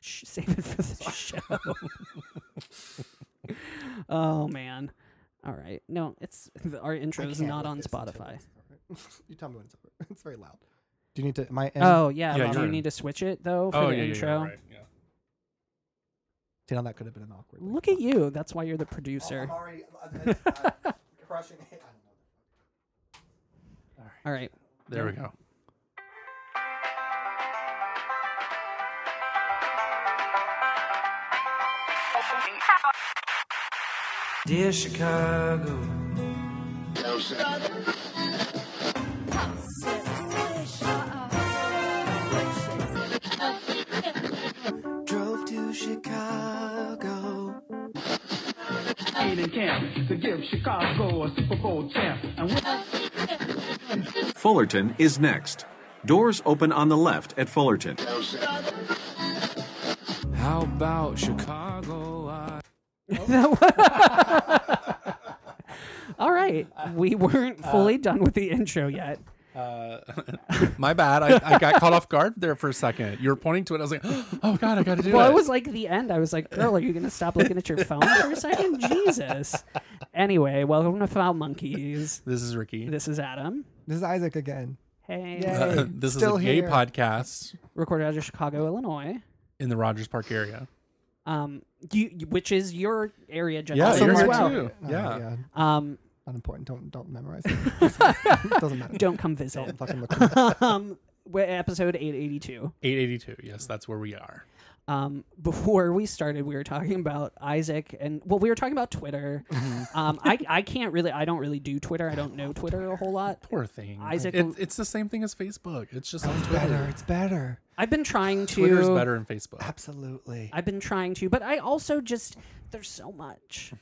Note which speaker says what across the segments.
Speaker 1: Shh, save it for the show. oh man. All right. No, it's our intro is
Speaker 2: can't
Speaker 1: not
Speaker 2: with
Speaker 1: on
Speaker 2: this until
Speaker 1: Spotify.
Speaker 2: it's over. you tell me when it's over. It's very loud. Do you need to? Am I? in?
Speaker 1: Oh yeah.
Speaker 3: Yeah,
Speaker 1: do
Speaker 3: you're
Speaker 1: you
Speaker 3: in.
Speaker 1: need to switch it though for
Speaker 3: oh
Speaker 1: the
Speaker 3: yeah,
Speaker 1: intro?
Speaker 3: yeah, yeah, right. Yeah.
Speaker 2: See, now that could have been an awkward. like,
Speaker 1: Look at you. That's why you're the
Speaker 2: oh,
Speaker 1: producer.
Speaker 2: I'm already I'm crushing it. I don't know.
Speaker 1: All right.
Speaker 3: There we go.
Speaker 4: Dear Chicago, drove to Chicago.
Speaker 5: ain't in camp to give Chicago a Super Bowl champ. And we
Speaker 6: Fullerton is next. Doors open on the left at Fullerton.
Speaker 4: How about Chicago? I
Speaker 2: Oh.
Speaker 1: All right. We
Speaker 2: Uh,
Speaker 1: weren't fully done with the intro yet.
Speaker 3: My bad. I, I got caught off guard there for a second. You were pointing to it. I was like, oh god, I got to do
Speaker 1: Well,
Speaker 3: it.
Speaker 1: it was like the end. I was like, girl, are you going to stop looking at your phone for a second? Jesus. Anyway, welcome to Foul Monkeys.
Speaker 3: this is Ricky.
Speaker 1: This is Adam.
Speaker 2: This is Isaac again.
Speaker 1: Hey.
Speaker 2: Yay.
Speaker 3: Uh, this
Speaker 2: Still
Speaker 3: is a gay
Speaker 2: here.
Speaker 3: podcast
Speaker 1: Recorded out of Chicago, Illinois.
Speaker 3: in the Rogers Park area.
Speaker 1: Um, you, which is your area generally
Speaker 3: Yeah,
Speaker 2: Also
Speaker 3: you're
Speaker 1: as
Speaker 3: here
Speaker 1: well.
Speaker 3: too.
Speaker 2: Oh,
Speaker 3: yeah.
Speaker 1: Um,
Speaker 2: Not important. Don't don't memorize. It. Doesn't matter.
Speaker 1: don't come visit.
Speaker 2: Don't fucking look. at it.
Speaker 1: um, we're- episode eight eighty two.
Speaker 3: 882. Yes, that's where we are.
Speaker 1: um, before we started, we were talking about Isaac and well, we were talking about Twitter. um, I I can't really, I don't really do Twitter. I don't know Twitter a whole lot.
Speaker 3: Poor thing.
Speaker 1: Isaac-
Speaker 3: It, it's the same thing as Facebook. It's just on
Speaker 2: Better.
Speaker 3: Twitter.
Speaker 2: It's better.
Speaker 1: I've been trying to.
Speaker 3: Twitter's better than Facebook.
Speaker 2: Absolutely.
Speaker 1: I've been trying to, but I also just there's so much,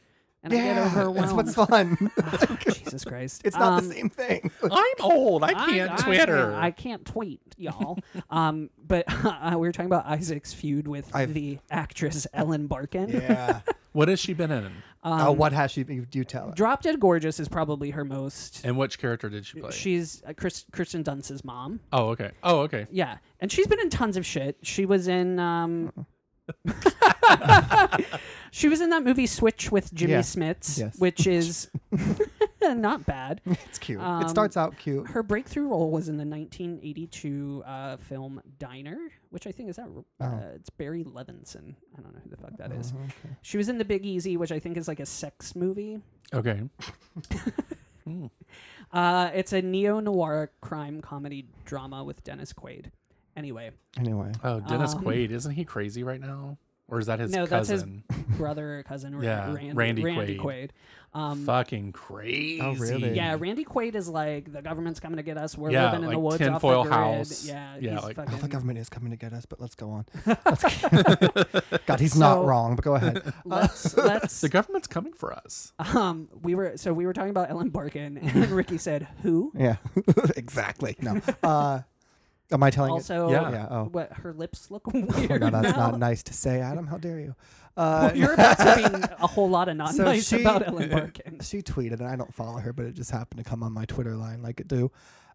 Speaker 1: and I get
Speaker 2: That's
Speaker 1: overwhelmed.
Speaker 2: what's fun.
Speaker 1: Jesus Christ!
Speaker 2: it's not
Speaker 1: Um,
Speaker 2: the same thing.
Speaker 3: I'm old. I
Speaker 1: I-
Speaker 3: can't
Speaker 1: I
Speaker 3: Twitter.
Speaker 1: can't- I can't tweet, y'all. um, but uh, we were talking about Isaac's feud with
Speaker 2: I've-
Speaker 1: the actress Ellen Barkin.
Speaker 2: yeah.
Speaker 3: what has she been in?
Speaker 1: um,
Speaker 2: oh, what has she? been- You tell. her.
Speaker 1: Drop Dead Gorgeous is probably her most.
Speaker 3: And which character did she play?
Speaker 1: She's uh, Chris, Kristen Dunst's mom.
Speaker 3: oh, okay. Oh, okay.
Speaker 1: Yeah, and she's been in tons of shit. She was in um, she was in that movie Switch with Jimmy
Speaker 2: Yeah.
Speaker 1: Smits,
Speaker 2: Yes.
Speaker 1: which is not bad.
Speaker 2: It's cute.
Speaker 1: Um,
Speaker 2: it starts out cute.
Speaker 1: Her breakthrough role was in the 1982 uh, film Diner, which I think is that uh, it's Barry Levinson. I don't know who the fuck that is. She was in The Big Easy, which I think is like a sex movie.
Speaker 3: Okay.
Speaker 1: Uh, it's a neo noir crime comedy drama with Dennis Quaid. Anyway,
Speaker 2: Anyway.
Speaker 3: Oh, Dennis Quaid. Isn't he crazy right now? Or is that his
Speaker 1: Um, no, that's his
Speaker 3: cousin?
Speaker 1: brother or cousin, Ra-
Speaker 3: Yeah,
Speaker 1: Randy,
Speaker 3: Randy
Speaker 1: Quaid.
Speaker 3: Quaid.
Speaker 1: Um,
Speaker 3: Fucking crazy.
Speaker 2: Oh, really?
Speaker 1: yeah, Randy Quaid is like the government's coming to get us. We're
Speaker 3: Yeah,
Speaker 1: living in the
Speaker 3: like
Speaker 1: woods, off the
Speaker 3: tinfoil
Speaker 1: grid.
Speaker 3: house.
Speaker 1: Yeah,
Speaker 3: Yeah,
Speaker 1: he's
Speaker 3: like-
Speaker 1: fucking-
Speaker 2: The government is coming to get us, but let's go on. Let's- God, he's
Speaker 1: So-
Speaker 2: not wrong, but go ahead.
Speaker 1: let's let's.
Speaker 3: The government's coming for us.
Speaker 1: Um, we were so we were talking about Ellen Barkin, and Ricky said, "Who?"
Speaker 2: Yeah, exactly. No. Uh, am I telling
Speaker 1: Also,
Speaker 3: Yeah.
Speaker 2: it? Yeah. Oh,
Speaker 1: what her lips look
Speaker 2: oh
Speaker 1: weird.
Speaker 2: no, that's
Speaker 1: now.
Speaker 2: not nice to say, Adam. How dare you? Uh,
Speaker 1: You're about to be a whole lot of not
Speaker 2: So
Speaker 1: nice
Speaker 2: she-
Speaker 1: about Ellen Barkin.
Speaker 2: she tweeted, and I don't follow her, but it just happened to come on my Twitter line like it do.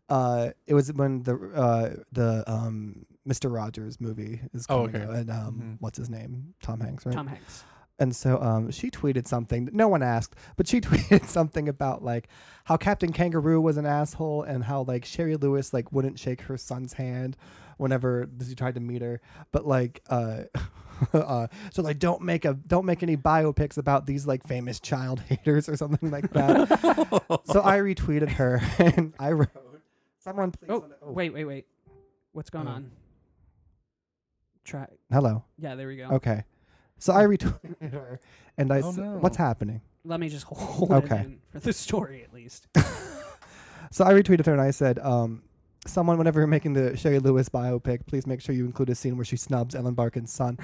Speaker 2: Uh, it was when the uh, the um, Mr. Rogers movie is
Speaker 3: Oh,
Speaker 2: coming
Speaker 3: okay.
Speaker 2: out, and um, what's his name? Tom Hanks, right?
Speaker 1: Mm-hmm. Tom Hanks.
Speaker 2: And so um, she tweeted something that no one asked, but she tweeted something about like how Captain Kangaroo was an asshole and how like Sherry Lewis like wouldn't shake her son's hand whenever she tried to meet her. But like, uh, uh, so like don't make a don't make any biopics about these like famous child haters or something like that. so I retweeted her and I wrote, "Someone please."
Speaker 1: Oh,
Speaker 2: let-
Speaker 1: wait, wait, wait. What's
Speaker 2: Oh.
Speaker 1: going on? Try.
Speaker 2: hello.
Speaker 1: Yeah, there we go.
Speaker 2: Okay, so I retweeted her and I
Speaker 3: Oh,
Speaker 2: s-
Speaker 3: no.
Speaker 2: what's happening?
Speaker 1: Let me just hold
Speaker 2: Okay.
Speaker 1: it in for the story at least.
Speaker 2: So I retweeted her and I said, um, someone, whenever you're making the Sherry Lewis biopic, please make sure you include a scene where she snubs Ellen Barkin's son.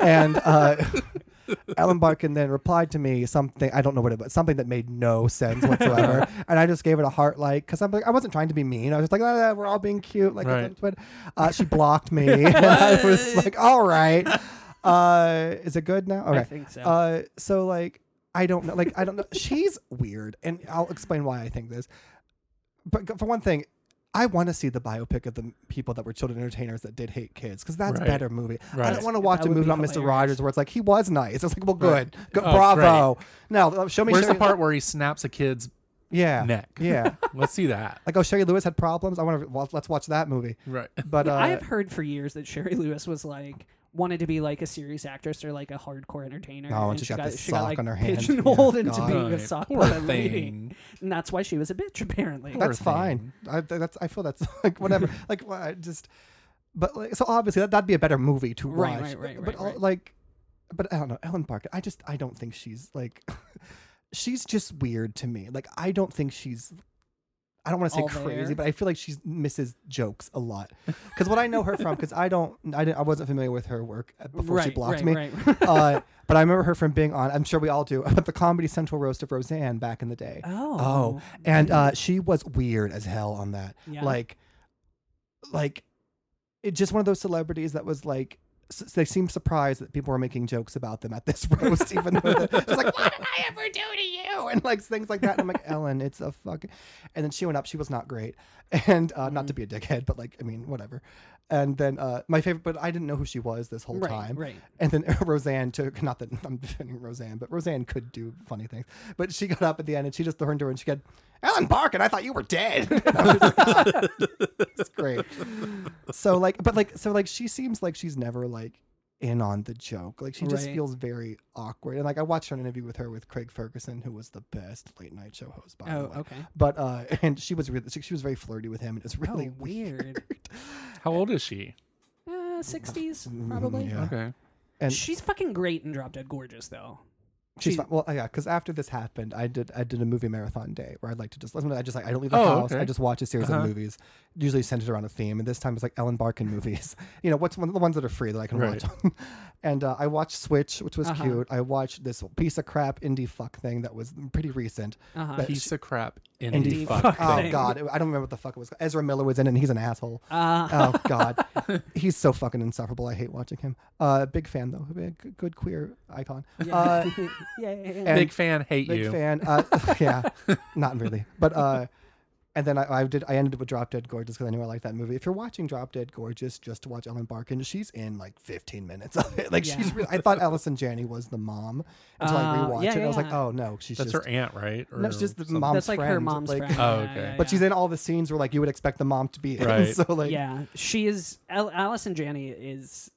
Speaker 2: and uh, Ellen Barkin then replied to me something, I don't know what it was, something that made no sense whatsoever. and I just gave it a heart like, because I'm like, I wasn't trying to be mean. I was just like, "Ah, we're all being cute. Like,
Speaker 3: Right.
Speaker 2: it's on Twitter. Uh, she blocked me. and I was like, all right. Uh, is it good now? Okay.
Speaker 1: I think so.
Speaker 2: Uh, so like, I don't know. Like, I don't know. She's weird, and I'll explain why I think this. But for one thing, I want to see the biopic of the people that were children entertainers that did hate kids because that's
Speaker 3: Right.
Speaker 2: better movie. I
Speaker 3: Right.
Speaker 2: don't want to watch
Speaker 1: That
Speaker 2: a
Speaker 1: would
Speaker 2: movie
Speaker 1: be
Speaker 2: about Mr.
Speaker 1: hilarious.
Speaker 2: Rogers where it's like he was nice. It's like, well,
Speaker 3: Right.
Speaker 2: good, Go-
Speaker 3: Oh,
Speaker 2: bravo. No, show me.
Speaker 3: Where's the
Speaker 2: Sherry-
Speaker 3: part where he snaps a kid's?
Speaker 2: Yeah,
Speaker 3: neck?
Speaker 2: Yeah,
Speaker 3: Let's see that.
Speaker 2: like oh, Sherry Lewis had problems. I want to well, let's watch that movie.
Speaker 3: Right.
Speaker 2: But uh,
Speaker 1: I have heard for years that Sherry Lewis was like wanted to be like a serious actress or like a hardcore entertainer.
Speaker 2: Oh, and she got this sock on her hand.
Speaker 1: pigeonholed
Speaker 2: Yeah,
Speaker 1: into
Speaker 2: God.
Speaker 1: being a
Speaker 3: Right.
Speaker 1: sock
Speaker 3: Poor
Speaker 1: puppet lady,
Speaker 3: thing.
Speaker 1: and that's why she was a bitch apparently.
Speaker 2: that's
Speaker 3: thing.
Speaker 2: fine. I, th- that's I feel that's like whatever. like why I just, but like so obviously that that'd be a better movie to
Speaker 1: Right,
Speaker 2: watch.
Speaker 1: right, right,
Speaker 2: but
Speaker 1: right,
Speaker 2: all-
Speaker 1: right.
Speaker 2: like, but I don't know Ellen Barkin. I just I don't think she's like, she's just weird to me. Like I don't think she's. I don't want to say
Speaker 1: All
Speaker 2: crazy,
Speaker 1: there.
Speaker 2: but I feel like she misses jokes a lot. Because what I know her from, because I don't, I didn't, I wasn't familiar with her work uh, before
Speaker 1: right,
Speaker 2: she blocked
Speaker 1: right,
Speaker 2: me.
Speaker 1: Right.
Speaker 2: uh, but I remember her from being on. I'm sure we all do. But the Comedy Central roast of Roseanne back in the day.
Speaker 1: Oh.
Speaker 2: and uh, she was weird as hell on that.
Speaker 1: Yeah.
Speaker 2: Like, like, it just one of those celebrities that was like. s- They seemed surprised that people were making jokes about them at this roast, even though they're just like, "What did I ever do to you?" and like things like that. And I'm like, Ellen, it's a fucking. And then she went up. She was not great, and uh, not to
Speaker 1: Mm-hmm.
Speaker 2: be a dickhead, but like, I mean, whatever. And then uh, my favorite, but I didn't know who she was this whole
Speaker 1: Right,
Speaker 2: time.
Speaker 1: right.
Speaker 2: And then Roseanne took not that I'm defending Roseanne, but Roseanne could do funny things. But she got up at the end and she just turned to her and she said, "Ellen Barkin, I thought you were dead." I was like, "Ah." it's great. So like, but like, so like, she seems like she's never like in on the joke. Like she just
Speaker 1: Right.
Speaker 2: feels very awkward. And like, I watched an interview with her with Craig Ferguson, who was the best late night show host by the
Speaker 1: Oh,
Speaker 2: way.
Speaker 1: okay.
Speaker 2: But uh, and she was really, she, she was very flirty with him. and It was
Speaker 1: Oh,
Speaker 2: really
Speaker 1: weird.
Speaker 3: How old is she?
Speaker 1: Uh, 60s, probably.
Speaker 2: Mm, yeah.
Speaker 3: Okay.
Speaker 2: And-
Speaker 1: She's fucking great in Drop Dead Gorgeous, though.
Speaker 2: She's
Speaker 1: She-
Speaker 2: fine. well, yeah, because after this happened, I did I did a movie marathon day where I'd like to just listen. I just like I don't leave the
Speaker 3: Oh,
Speaker 2: house.
Speaker 3: okay.
Speaker 2: I just watch a series
Speaker 3: Uh-huh.
Speaker 2: of movies, usually centered around a theme. And this time it's like Ellen Barkin movies. you know, what's one of the ones that are free that I can
Speaker 3: Right.
Speaker 2: watch. and uh, I watched Switch, which was
Speaker 1: Uh-huh.
Speaker 2: cute. I watched this piece of crap indie fuck thing that was pretty recent.
Speaker 1: Uh-huh.
Speaker 2: But
Speaker 3: Piece of crap. Indie,
Speaker 2: indie
Speaker 3: fuck.
Speaker 1: fuck.
Speaker 2: Oh
Speaker 1: thing.
Speaker 2: God, I don't remember what the fuck it was. Ezra Miller was in it, and he's an asshole.
Speaker 1: Uh,
Speaker 2: oh God, he's so fucking insufferable. I hate watching him. Uh, big fan though, big, good queer icon. Uh,
Speaker 1: yeah.
Speaker 2: and-
Speaker 3: Big fan. Hate
Speaker 2: big
Speaker 3: you.
Speaker 2: fan. Uh, yeah, not really. But uh, and then I, I did. I ended up with Drop Dead Gorgeous because I knew I liked that movie. If you're watching Drop Dead Gorgeous just to watch Ellen Barkin, she's in like 15 minutes of it. Like
Speaker 1: Yeah.
Speaker 2: she's. Really, I thought Allison Janney was the mom until I
Speaker 1: Oh,
Speaker 2: rewatched
Speaker 1: yeah,
Speaker 2: it. And I was like,
Speaker 1: yeah.
Speaker 2: oh no, she's
Speaker 3: That's
Speaker 2: just.
Speaker 3: her aunt, right?
Speaker 2: no, it's just the
Speaker 3: something.
Speaker 2: mom's
Speaker 1: That's like her
Speaker 2: friend,
Speaker 1: mom's
Speaker 2: like-
Speaker 1: friend.
Speaker 3: Oh,
Speaker 1: Yeah,
Speaker 3: okay.
Speaker 1: yeah,
Speaker 2: But she's
Speaker 1: yeah.
Speaker 2: in all the scenes where like you would expect the mom to be in.
Speaker 3: Right.
Speaker 2: So like,
Speaker 1: yeah, she is. Al- Allison Janney is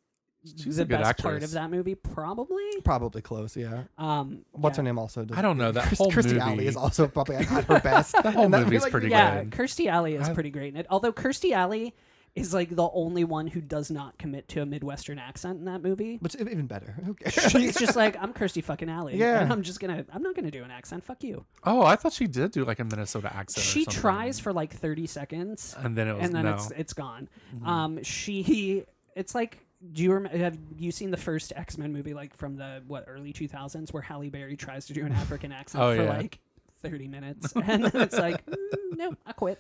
Speaker 3: She's
Speaker 1: the
Speaker 3: a good
Speaker 1: best part
Speaker 3: actress.
Speaker 1: of that movie, probably.
Speaker 2: probably close. Yeah.
Speaker 1: Um,
Speaker 2: What's
Speaker 1: yeah.
Speaker 2: her name? Also, does-
Speaker 3: I don't know, that
Speaker 2: Chris-
Speaker 3: whole
Speaker 2: Christy
Speaker 3: movie-
Speaker 2: Alley is also probably at her best.
Speaker 3: The whole
Speaker 2: And that-
Speaker 3: movie's
Speaker 2: like,
Speaker 3: pretty
Speaker 1: Yeah,
Speaker 3: good.
Speaker 1: Kirstie Alley is
Speaker 3: I-
Speaker 1: pretty great in it. Although Kirstie Alley is like the only one who does not commit to a Midwestern accent in that movie.
Speaker 2: Which is even better. Who cares?
Speaker 1: She's just like, I'm Kirstie fucking Alley.
Speaker 2: Yeah.
Speaker 1: And I'm just gonna, I'm not gonna do an accent. Fuck you.
Speaker 3: Oh, I thought she did do like a Minnesota accent. or
Speaker 1: she
Speaker 3: something.
Speaker 1: tries for like 30 seconds
Speaker 3: And then it was
Speaker 1: and then
Speaker 3: no. Mm-hmm.
Speaker 1: it's it's gone um she it's like do you remember have you seen the first x-men movie like from the what early 2000s where halle berry tries to do an african accent
Speaker 3: Oh,
Speaker 1: for
Speaker 3: yeah.
Speaker 1: like 30 minutes and then it's like "Mm, no i quit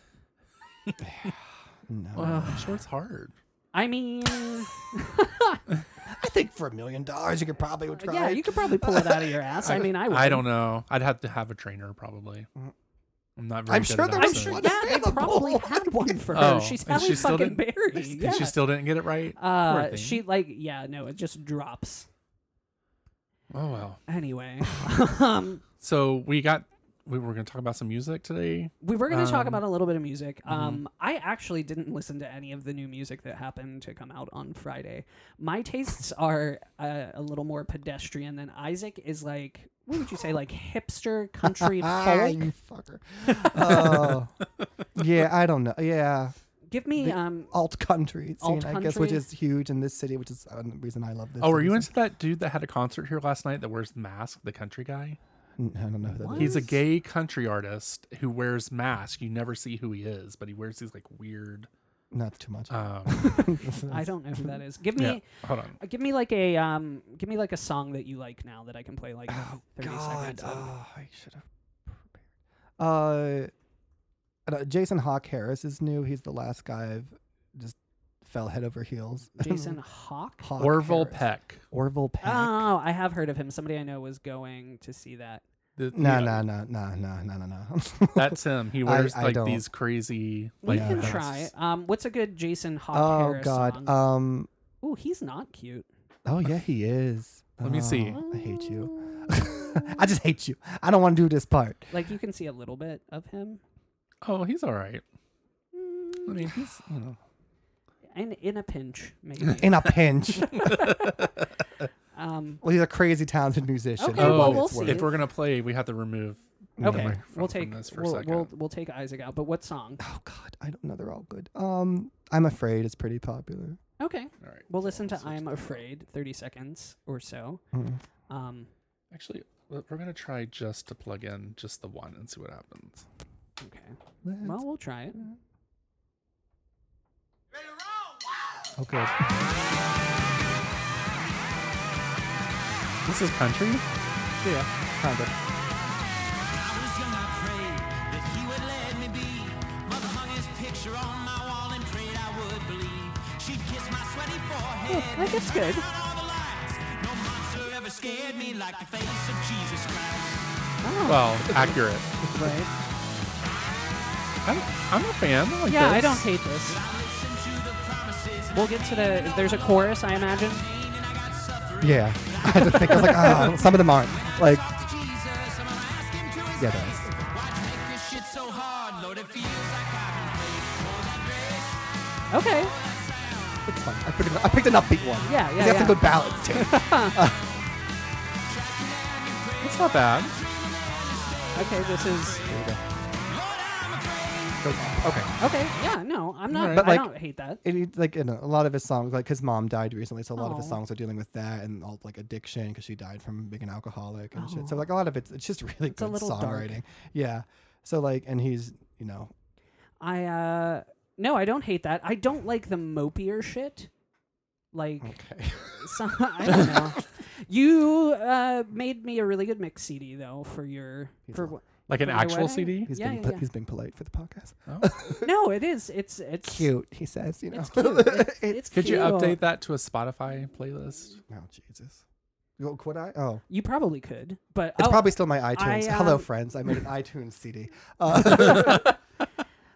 Speaker 3: Well, I'm sure it's hard.
Speaker 1: i mean
Speaker 2: I think for a million dollars, you could probably
Speaker 1: Uh,
Speaker 2: try.
Speaker 1: yeah
Speaker 2: it.
Speaker 1: you could probably pull it out of your ass i, mean i would
Speaker 3: I don't know. I'd have to have a trainer probably. I'm not very
Speaker 2: Mm. I'm
Speaker 3: good
Speaker 2: sure
Speaker 3: at
Speaker 2: there
Speaker 1: i'm
Speaker 2: was
Speaker 3: accents.
Speaker 1: sure
Speaker 2: one
Speaker 1: yeah they
Speaker 2: available.
Speaker 1: probably had one for her
Speaker 3: Oh,
Speaker 1: she's
Speaker 3: and
Speaker 1: halle
Speaker 3: she still
Speaker 1: fucking
Speaker 3: didn't-
Speaker 1: berry
Speaker 3: And
Speaker 1: yeah.
Speaker 3: She still didn't get it right. Poor
Speaker 1: uh,
Speaker 3: thing.
Speaker 1: she like yeah no it just drops
Speaker 3: Oh well.
Speaker 1: anyway um
Speaker 3: So we got. We were going to talk about some music today.
Speaker 1: We were going to talk
Speaker 3: Um,
Speaker 1: about a little bit of music. Um, I actually didn't listen to any of the new music that happened to come out on Friday. My tastes are uh, a little more pedestrian than Isaac is like. What would you say, like hipster country
Speaker 2: Ah,
Speaker 1: folk?
Speaker 2: you fucker. Oh, yeah, I don't know. Yeah,
Speaker 1: Give me um.
Speaker 2: alt country scene,
Speaker 1: Alt
Speaker 2: I guess, which
Speaker 1: country?
Speaker 2: is huge in this city, which is uh, the reason I love this.
Speaker 3: Oh, were
Speaker 2: city
Speaker 3: you
Speaker 2: so-
Speaker 3: into that dude that had a concert here last night that wears the mask, the country guy?
Speaker 2: Mm, I don't know. Who that is.
Speaker 3: He's a gay country artist who wears mask. You never see who he is, but he wears these like weird.
Speaker 2: Not too much.
Speaker 3: Um,
Speaker 1: I don't know who that is. Give me.
Speaker 3: yeah, hold on.
Speaker 1: uh, Give me like a um, give me like a song that you like now that I can play like
Speaker 3: Oh,
Speaker 1: thirty
Speaker 2: Oh, God,
Speaker 1: seconds. of.
Speaker 2: oh, I should have prepared. Uh, I don't- Jason Hawk Harris is new. He's the last guy I've just fell head over heels.
Speaker 1: Jason Ah. Hawk.
Speaker 2: Hawk
Speaker 3: Orville
Speaker 2: Harris.
Speaker 3: Peck.
Speaker 2: Orville Peck.
Speaker 1: Oh, I have heard of him. Somebody I know was going to see that.
Speaker 3: The,
Speaker 2: Nah,
Speaker 3: you
Speaker 2: nah,
Speaker 3: know,
Speaker 2: nah, nah, nah, nah, nah, nah.
Speaker 3: That's him. He
Speaker 2: I-
Speaker 3: wears
Speaker 2: I
Speaker 3: like
Speaker 2: don't.
Speaker 3: these crazy.
Speaker 1: We
Speaker 3: Like, uh,
Speaker 1: can
Speaker 3: vests.
Speaker 1: try. Um, what's a good Jason Hawk
Speaker 2: oh
Speaker 1: Harris
Speaker 2: God.
Speaker 1: song?
Speaker 3: uh.
Speaker 2: Um.
Speaker 1: Ooh, he's not cute.
Speaker 2: Oh yeah, he is.
Speaker 3: Let me see.
Speaker 2: Oh, I hate you. I just hate you. I don't want to do this part.
Speaker 1: Like you can see a little bit of him.
Speaker 3: Oh, he's all right. I mean, he's you know.
Speaker 1: And in a pinch, maybe.
Speaker 2: In a pinch.
Speaker 1: um,
Speaker 2: well, he's a crazy talented musician.
Speaker 1: Okay,
Speaker 2: for
Speaker 1: well,
Speaker 2: what
Speaker 1: we'll
Speaker 2: it's worth.
Speaker 1: see.
Speaker 3: oh, If we're gonna play, we have to remove.
Speaker 1: okay,
Speaker 3: microphone
Speaker 1: we'll
Speaker 3: from
Speaker 1: take
Speaker 3: this for a
Speaker 1: we'll,
Speaker 3: second.
Speaker 1: we'll we'll take Isaac out. But what song?
Speaker 2: Oh God, I don't know. They're all good. Um, I'm afraid it's pretty popular.
Speaker 1: Okay,
Speaker 3: All right.
Speaker 1: we'll listen to "I'm Afraid" thirty seconds or so.
Speaker 3: Mm-hmm.
Speaker 1: Um,
Speaker 3: Actually, we're we're gonna try just to plug in just the one and see what happens.
Speaker 1: okay. Well, we'll try it.
Speaker 2: Okay.
Speaker 3: This is country.
Speaker 2: Yeah, kind of.
Speaker 7: I was young, I prayed that he would let me be. Mother hung his picture on my wall and prayed I would believe. She'd kiss my sweaty forehead.
Speaker 1: I guess good.
Speaker 7: Turn out
Speaker 2: Oh,
Speaker 7: all the lights. No monster ever scared me like the face of Jesus Christ.
Speaker 3: Well, accurate.
Speaker 1: Right?
Speaker 3: I'm, I'm a fan. I like
Speaker 1: Yeah, I
Speaker 3: this.
Speaker 1: don't hate this.
Speaker 7: Listen to the promises
Speaker 1: We'll get to the. There's a chorus, I imagine.
Speaker 7: and I got suffering.
Speaker 2: Yeah, I had to think. I was like, oh, some of them aren't. Like,
Speaker 7: Talk to Jesus, I'm gonna ask him to his
Speaker 2: Yeah, there
Speaker 7: face. Why'd you make this shit so hard, Lord? It feels like I've been raped. Oh, that grace,
Speaker 1: Okay.
Speaker 2: it's fun. I picked, an- I picked an upbeat
Speaker 1: Yeah,
Speaker 2: one.
Speaker 1: yeah,
Speaker 2: It's got
Speaker 1: yeah.
Speaker 2: some good ballads too.
Speaker 3: It's not bad.
Speaker 1: Okay, this is
Speaker 2: Goes on. okay.
Speaker 1: okay. Yeah, no, I'm not.
Speaker 2: Right. But, like-
Speaker 1: I don't hate that.
Speaker 2: It, it- like you know, a lot of his songs, like his mom died recently, so a lot of his
Speaker 1: Aw.
Speaker 2: songs are dealing with that and all like addiction because she died from being an alcoholic and shit. So like a lot of it's it's just really
Speaker 1: a
Speaker 2: good
Speaker 1: little dark.
Speaker 2: songwriting. Yeah. So like, and he's you know,
Speaker 1: I uh no, I don't hate that. I don't like the mopier shit. Like some, I don't know. You uh made me a really good mix CD though for your for wh-
Speaker 3: Like an
Speaker 1: for your
Speaker 3: actual Oh.
Speaker 1: wedding.
Speaker 3: CD.
Speaker 2: he's
Speaker 1: Yeah,
Speaker 2: being
Speaker 1: yeah,
Speaker 2: po-
Speaker 1: yeah.
Speaker 2: he's being polite for the podcast.
Speaker 1: No, it is. It's it's
Speaker 2: Cute, he says. You know.
Speaker 1: It's cute. It's, it's
Speaker 3: Could you
Speaker 1: cute.
Speaker 3: update that to a Spotify playlist?
Speaker 2: oh Jesus. Well, could I? Oh.
Speaker 1: You probably could, but
Speaker 2: It's
Speaker 1: I'll-
Speaker 2: probably still my iTunes. Hello,
Speaker 1: Oh, um,
Speaker 2: friends. I made an iTunes CD because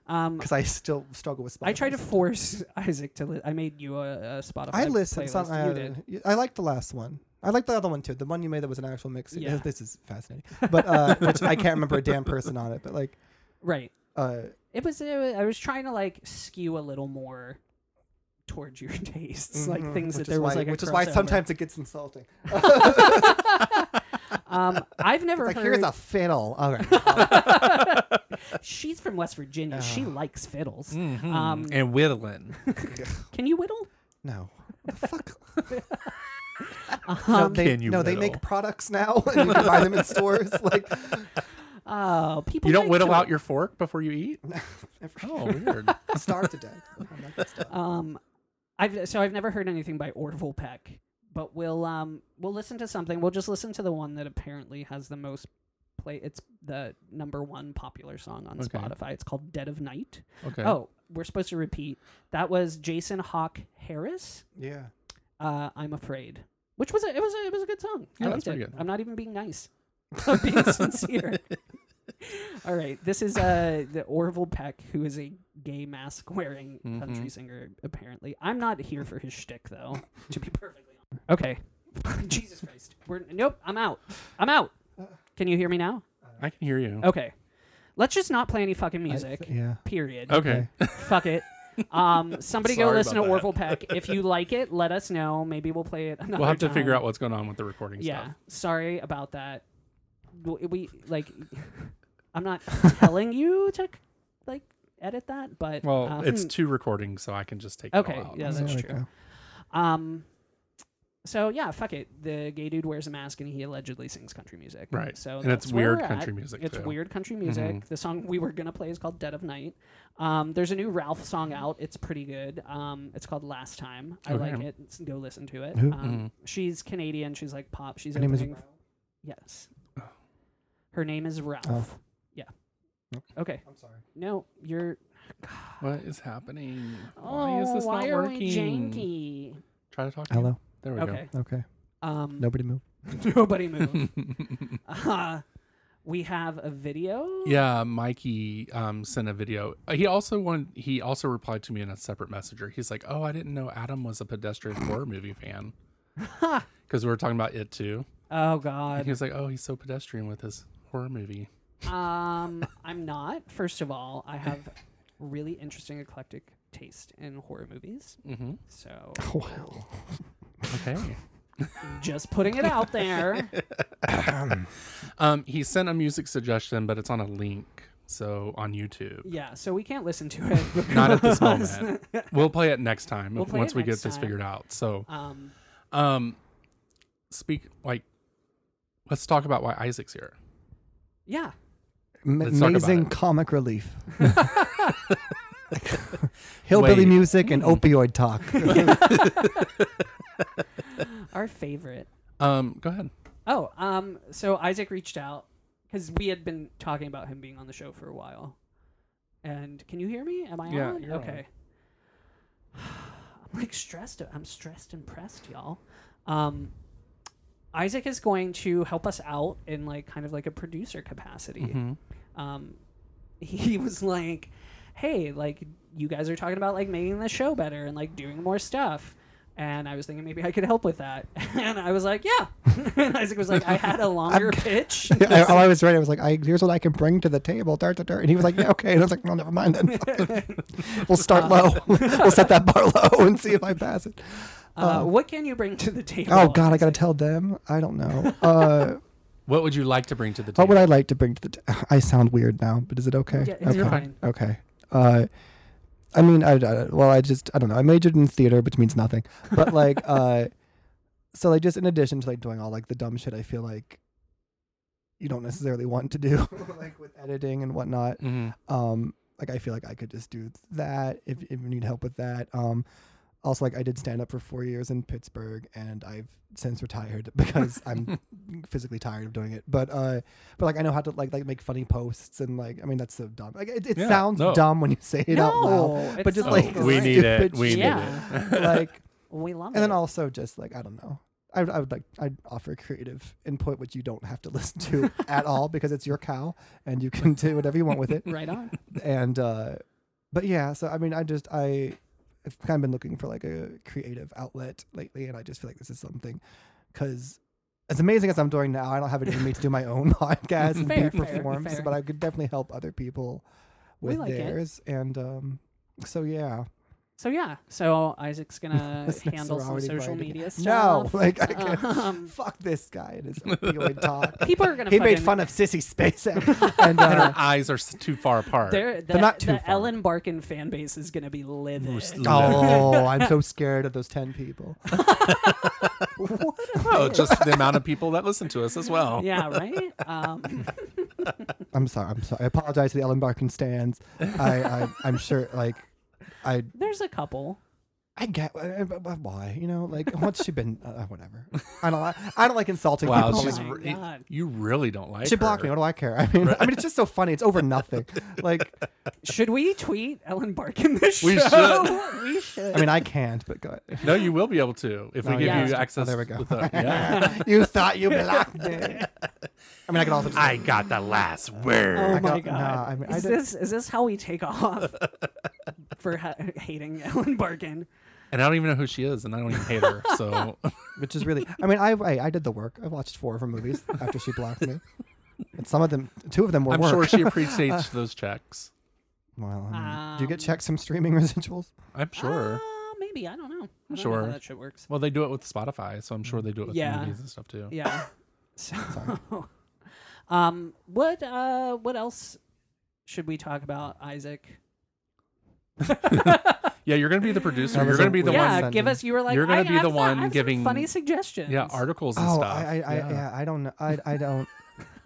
Speaker 1: um
Speaker 2: I still struggle with Spotify.
Speaker 1: I tried to force Isaac to. Li- I made you a, a Spotify.
Speaker 2: I listened. Some,
Speaker 1: Playlist.
Speaker 2: I,
Speaker 1: you did.
Speaker 2: I liked the last one. I liked the other one too. The one you made that was an actual mix.
Speaker 1: Yeah.
Speaker 2: This is fascinating. But uh, which I can't remember a damn person on it. But like,
Speaker 1: Right.
Speaker 2: uh,
Speaker 1: It was, it was. I was trying to like skew a little more towards your tastes, like
Speaker 2: mhm,
Speaker 1: things
Speaker 2: which
Speaker 1: that
Speaker 2: is
Speaker 1: there was
Speaker 2: why-
Speaker 1: like a
Speaker 2: which is why
Speaker 1: crossover.
Speaker 2: sometimes it gets insulting.
Speaker 1: Um, I've never
Speaker 2: like
Speaker 1: heard.
Speaker 2: here's a fiddle. All right. Uh,
Speaker 1: She's from West Virginia. she likes fiddles.
Speaker 2: Mm.
Speaker 1: Um,
Speaker 3: And whittling.
Speaker 1: can you whittle?
Speaker 2: no. What the fuck?
Speaker 1: Um,
Speaker 2: they,
Speaker 3: Can you
Speaker 2: no, they
Speaker 3: whittle?
Speaker 2: make products now, and you can buy them in stores. Like,
Speaker 1: oh, people.
Speaker 3: You don't
Speaker 1: like
Speaker 3: whittle
Speaker 1: to-
Speaker 3: out your fork before you eat? Oh, weird.
Speaker 2: starve to death. I'm not that stuff.
Speaker 1: Um, I've so I've never heard anything by Orville Peck, but we'll um we'll listen to something. We'll just listen to the one that apparently has the most play. It's the number one popular song on
Speaker 3: Okay.
Speaker 1: Spotify. It's called "Dead of Night."
Speaker 3: Okay.
Speaker 1: Oh, we're supposed to repeat. That was Jason Hawk Harris.
Speaker 2: Yeah.
Speaker 1: Uh, I'm afraid, which was a, it was a, it was a good song.
Speaker 3: Yeah,
Speaker 1: I
Speaker 3: that's
Speaker 1: liked
Speaker 3: pretty
Speaker 1: it.
Speaker 3: good.
Speaker 1: I'm not even being nice. I'm being sincere. All right, this is uh the Orville Peck, who is a gay mask wearing
Speaker 3: Mm-hmm.
Speaker 1: country singer. Apparently, I'm not here for his shtick though. To be perfectly honest. Okay. Jesus Christ. We're nope. I'm out. I'm out. Can you hear me now?
Speaker 3: I can hear you.
Speaker 1: Okay. Let's just not play any fucking music.
Speaker 2: Yeah.
Speaker 1: Period
Speaker 3: Okay.
Speaker 1: fuck it. Um, somebody go
Speaker 3: Sorry
Speaker 1: listen to
Speaker 3: about that.
Speaker 1: Orville Peck. If you like it, let us know. Maybe we'll play it. Another
Speaker 3: We'll have to
Speaker 1: time.
Speaker 3: figure out what's going on with the recording
Speaker 1: Um, Yeah,
Speaker 3: stuff.
Speaker 1: sorry about that. W- We like, I'm not telling you to like edit that, but
Speaker 3: Well,
Speaker 1: um,
Speaker 3: it's two recordings, so I can just take it
Speaker 1: okay.
Speaker 3: all out.
Speaker 1: Yeah, that's true. Um, so yeah, fuck it. The gay dude wears a mask and he allegedly sings country music.
Speaker 3: Right.
Speaker 1: So
Speaker 3: And it's
Speaker 1: that's where
Speaker 3: weird
Speaker 1: we're at.
Speaker 3: country music,
Speaker 1: It's
Speaker 3: too. Mm-hmm.
Speaker 1: weird country music. The song we were gonna play is called "Dead of Night." Um, there's a new Ralph song out. It's pretty good. Um, it's called "Last Time." I like it. S- Go listen to it.
Speaker 3: Mm-hmm.
Speaker 1: Um, she's Canadian. She's like pop. She's
Speaker 2: Her name is
Speaker 1: opening- Yes.
Speaker 3: Oh.
Speaker 1: Her name is Ralph.
Speaker 2: Oh.
Speaker 1: Yeah. Okay. I'm sorry. No, you're.
Speaker 3: What is happening?
Speaker 1: Oh,
Speaker 3: why is this
Speaker 1: why
Speaker 3: not
Speaker 1: are
Speaker 3: working?
Speaker 1: we janky?
Speaker 3: Try to talk. to
Speaker 2: Hello.
Speaker 3: you. There we
Speaker 1: Okay.
Speaker 2: Okay.
Speaker 1: Um,
Speaker 2: Nobody move.
Speaker 1: Nobody move. uh, We have a video.
Speaker 3: Yeah, Mikey um, sent a video. Uh, He also wanted. He also replied to me in a separate messenger. He's like, "Oh, I didn't know Adam was a pedestrian horror movie fan." Because we were talking about it too.
Speaker 1: Oh
Speaker 3: And
Speaker 1: God.
Speaker 3: he was like, "Oh, he's so pedestrian with his horror movie."
Speaker 1: Um, I'm not. First of all, I have really interesting eclectic taste in horror movies. Mm-hmm. So
Speaker 2: Wow.
Speaker 3: Okay.
Speaker 1: just putting it out there.
Speaker 3: um, he sent a music suggestion, but it's on a link, so on YouTube.
Speaker 1: yeah. So we can't listen to it.
Speaker 3: Not at this
Speaker 1: because-
Speaker 3: moment. We'll play it next time
Speaker 1: We'll
Speaker 3: if-
Speaker 1: play
Speaker 3: once
Speaker 1: it
Speaker 3: we get
Speaker 1: next
Speaker 3: this
Speaker 1: time.
Speaker 3: figured out. So,
Speaker 1: Um.
Speaker 3: um, speak like, let's talk about why Isaac's here.
Speaker 1: Yeah.
Speaker 2: M-
Speaker 3: Let's talk about
Speaker 2: amazing
Speaker 3: it.
Speaker 2: comic relief. Hillbilly
Speaker 3: Wait. Hmm.
Speaker 2: music and opioid talk.
Speaker 1: Our favorite.
Speaker 3: Um, go ahead.
Speaker 1: Oh, um, so Isaac reached out because we had been talking about him being on the show for a while. And can you hear me? Am I
Speaker 3: Yeah,
Speaker 1: on?
Speaker 3: you're on.
Speaker 1: okay. I'm like stressed. I'm stressed and pressed, y'all. Um, Isaac is going to help us out in like kind of like a producer capacity.
Speaker 2: Mm-hmm.
Speaker 1: Um, he was like, "Hey, like you guys are talking about like making the show better and like doing more stuff." And I was thinking maybe I could help with that. And I was like, "Yeah." and Isaac was like, "I had a longer pitch."
Speaker 2: I, all I was right. I was like, I, here's what I can bring to the table. Dirt, dirt, dirt. And he was like, yeah, okay. And I was like, no, never mind then. we'll start low. we'll set that bar low and see if I pass it.
Speaker 1: Uh, what can you bring to the table?
Speaker 2: Oh God, I
Speaker 1: Isaac?
Speaker 2: gotta tell them. I don't know. Uh,
Speaker 3: What would you like to bring to the table?
Speaker 2: what would I like to bring to the? T- I sound weird now, but is it okay?
Speaker 1: Yeah, it's
Speaker 2: okay.
Speaker 1: fine.
Speaker 2: Okay. Uh, I mean, I, I well, I just I don't know. I majored in theater, which means nothing. But like, uh, so like, just in addition to like doing all like the dumb shit, I feel like you don't necessarily want to do like with editing and whatnot.
Speaker 1: Mm-hmm.
Speaker 3: Mhm.
Speaker 2: Um, like I feel like I could just do that if if you need help with that. Um, also like I did stand up for four years in Pittsburgh, and I've since retired because I'm physically tired of doing it. But uh, but like I know how to like like make funny posts and like I mean that's so dumb. Like it, it
Speaker 3: Yeah,
Speaker 2: sounds
Speaker 3: no.
Speaker 2: dumb when you say it out loud.
Speaker 1: No,
Speaker 2: but
Speaker 1: it's
Speaker 2: just
Speaker 1: not
Speaker 2: like
Speaker 1: great.
Speaker 3: Oh, We need it.
Speaker 2: stupid
Speaker 3: We need
Speaker 1: Yeah.
Speaker 3: it.
Speaker 2: like
Speaker 1: we love
Speaker 2: and then
Speaker 1: it.
Speaker 2: also just like I don't know. I, would- I would like I'd offer creative input which you don't have to listen to at all because it's your cow and you can do whatever you want with it
Speaker 1: right on.
Speaker 2: and uh but yeah so i mean i just i i've kind of been looking for like a creative outlet lately and i just feel like this is something because as amazing as i'm doing now i don't have it in me to do my own podcast and
Speaker 1: Fair,
Speaker 2: be
Speaker 1: fair,
Speaker 2: performs
Speaker 1: fair.
Speaker 2: but i could definitely help other people with
Speaker 1: like it.
Speaker 2: theirs and um so yeah
Speaker 1: So yeah, so Isaac's gonna
Speaker 2: That's
Speaker 1: Uh, handle some
Speaker 2: necessarily
Speaker 1: social
Speaker 2: right.
Speaker 1: media
Speaker 2: no
Speaker 1: stuff.
Speaker 2: like i can't
Speaker 1: Um,
Speaker 2: fuck this guy and his opioid talk
Speaker 1: People are gonna.
Speaker 2: he made
Speaker 1: fucking-
Speaker 2: fun of sissy spacek and
Speaker 3: and
Speaker 2: uh
Speaker 3: our eyes are s- too far apart.
Speaker 1: They're, the,
Speaker 2: not too
Speaker 1: the
Speaker 2: far.
Speaker 1: Ellen Barkin fan base is gonna be livid.
Speaker 2: Oh, I'm so scared of those 10 people.
Speaker 3: Oh, just the amount of people that listen to us as well.
Speaker 1: Yeah, right. Um,
Speaker 2: I'm sorry. I'm sorry. I apologize to the Ellen Barkin stands. I, I I'm sure like I
Speaker 1: there's a couple.
Speaker 2: I get uh, but- but why you know like once she been uh, whatever. I don't like I don't like insulting
Speaker 3: Wow,
Speaker 2: people.
Speaker 3: she's
Speaker 2: Like,
Speaker 1: Oh my
Speaker 3: re-
Speaker 1: God.
Speaker 3: you really don't like
Speaker 2: she blocked me.
Speaker 3: her.
Speaker 2: What do I care? I mean, I mean, it's just so funny. It's over nothing. Like,
Speaker 1: Should we tweet Ellen Barkin this
Speaker 3: We
Speaker 1: show? we should.
Speaker 2: I mean, I can't. But go ahead.
Speaker 3: No, you will be able to if
Speaker 2: No,
Speaker 3: we give
Speaker 1: yeah.
Speaker 3: you
Speaker 1: Oh,
Speaker 3: access.
Speaker 2: there we go.
Speaker 3: with the- yeah.
Speaker 2: you thought you blocked me. I mean, I could also. Just,
Speaker 3: I got the last word.
Speaker 1: Oh
Speaker 2: I
Speaker 1: my
Speaker 2: don't-
Speaker 1: god!
Speaker 2: nah, I mean, I
Speaker 1: is
Speaker 2: don't-
Speaker 1: this is this how we take off for ha- hating Ellen Barkin?
Speaker 3: And I don't even know who she is, and I don't even hate her. So
Speaker 2: which is really. I mean, I, I I did the work. I watched four of her movies after she blocked me. And some of them, two of them were
Speaker 3: I'm
Speaker 2: work.
Speaker 3: sure she appreciates those checks.
Speaker 2: Well, I mean, do you get
Speaker 1: Um,
Speaker 2: checks from streaming residuals?
Speaker 3: I'm sure.
Speaker 1: Uh, maybe I don't know. I don't Know
Speaker 3: Sure.
Speaker 1: how that shit works.
Speaker 3: well, they do it with Spotify, so I'm sure they do it with
Speaker 1: Yeah.
Speaker 3: movies and stuff too.
Speaker 1: Yeah. So, um, what uh, what else should we talk about, Isaac?
Speaker 3: Yeah, you're gonna be the producer.
Speaker 2: That
Speaker 3: You're
Speaker 2: was
Speaker 3: gonna
Speaker 2: a
Speaker 3: be the
Speaker 2: weird
Speaker 1: yeah,
Speaker 3: one.
Speaker 2: sentence.
Speaker 1: give us. You were like,
Speaker 3: You're gonna
Speaker 1: I-
Speaker 3: be
Speaker 1: I have
Speaker 3: the
Speaker 1: some-
Speaker 3: one
Speaker 1: I have some
Speaker 3: giving-
Speaker 1: funny suggestions.
Speaker 3: Yeah, articles and
Speaker 2: Oh,
Speaker 3: stuff.
Speaker 2: I, I,
Speaker 3: yeah.
Speaker 2: I, yeah, I don't know. I, I don't.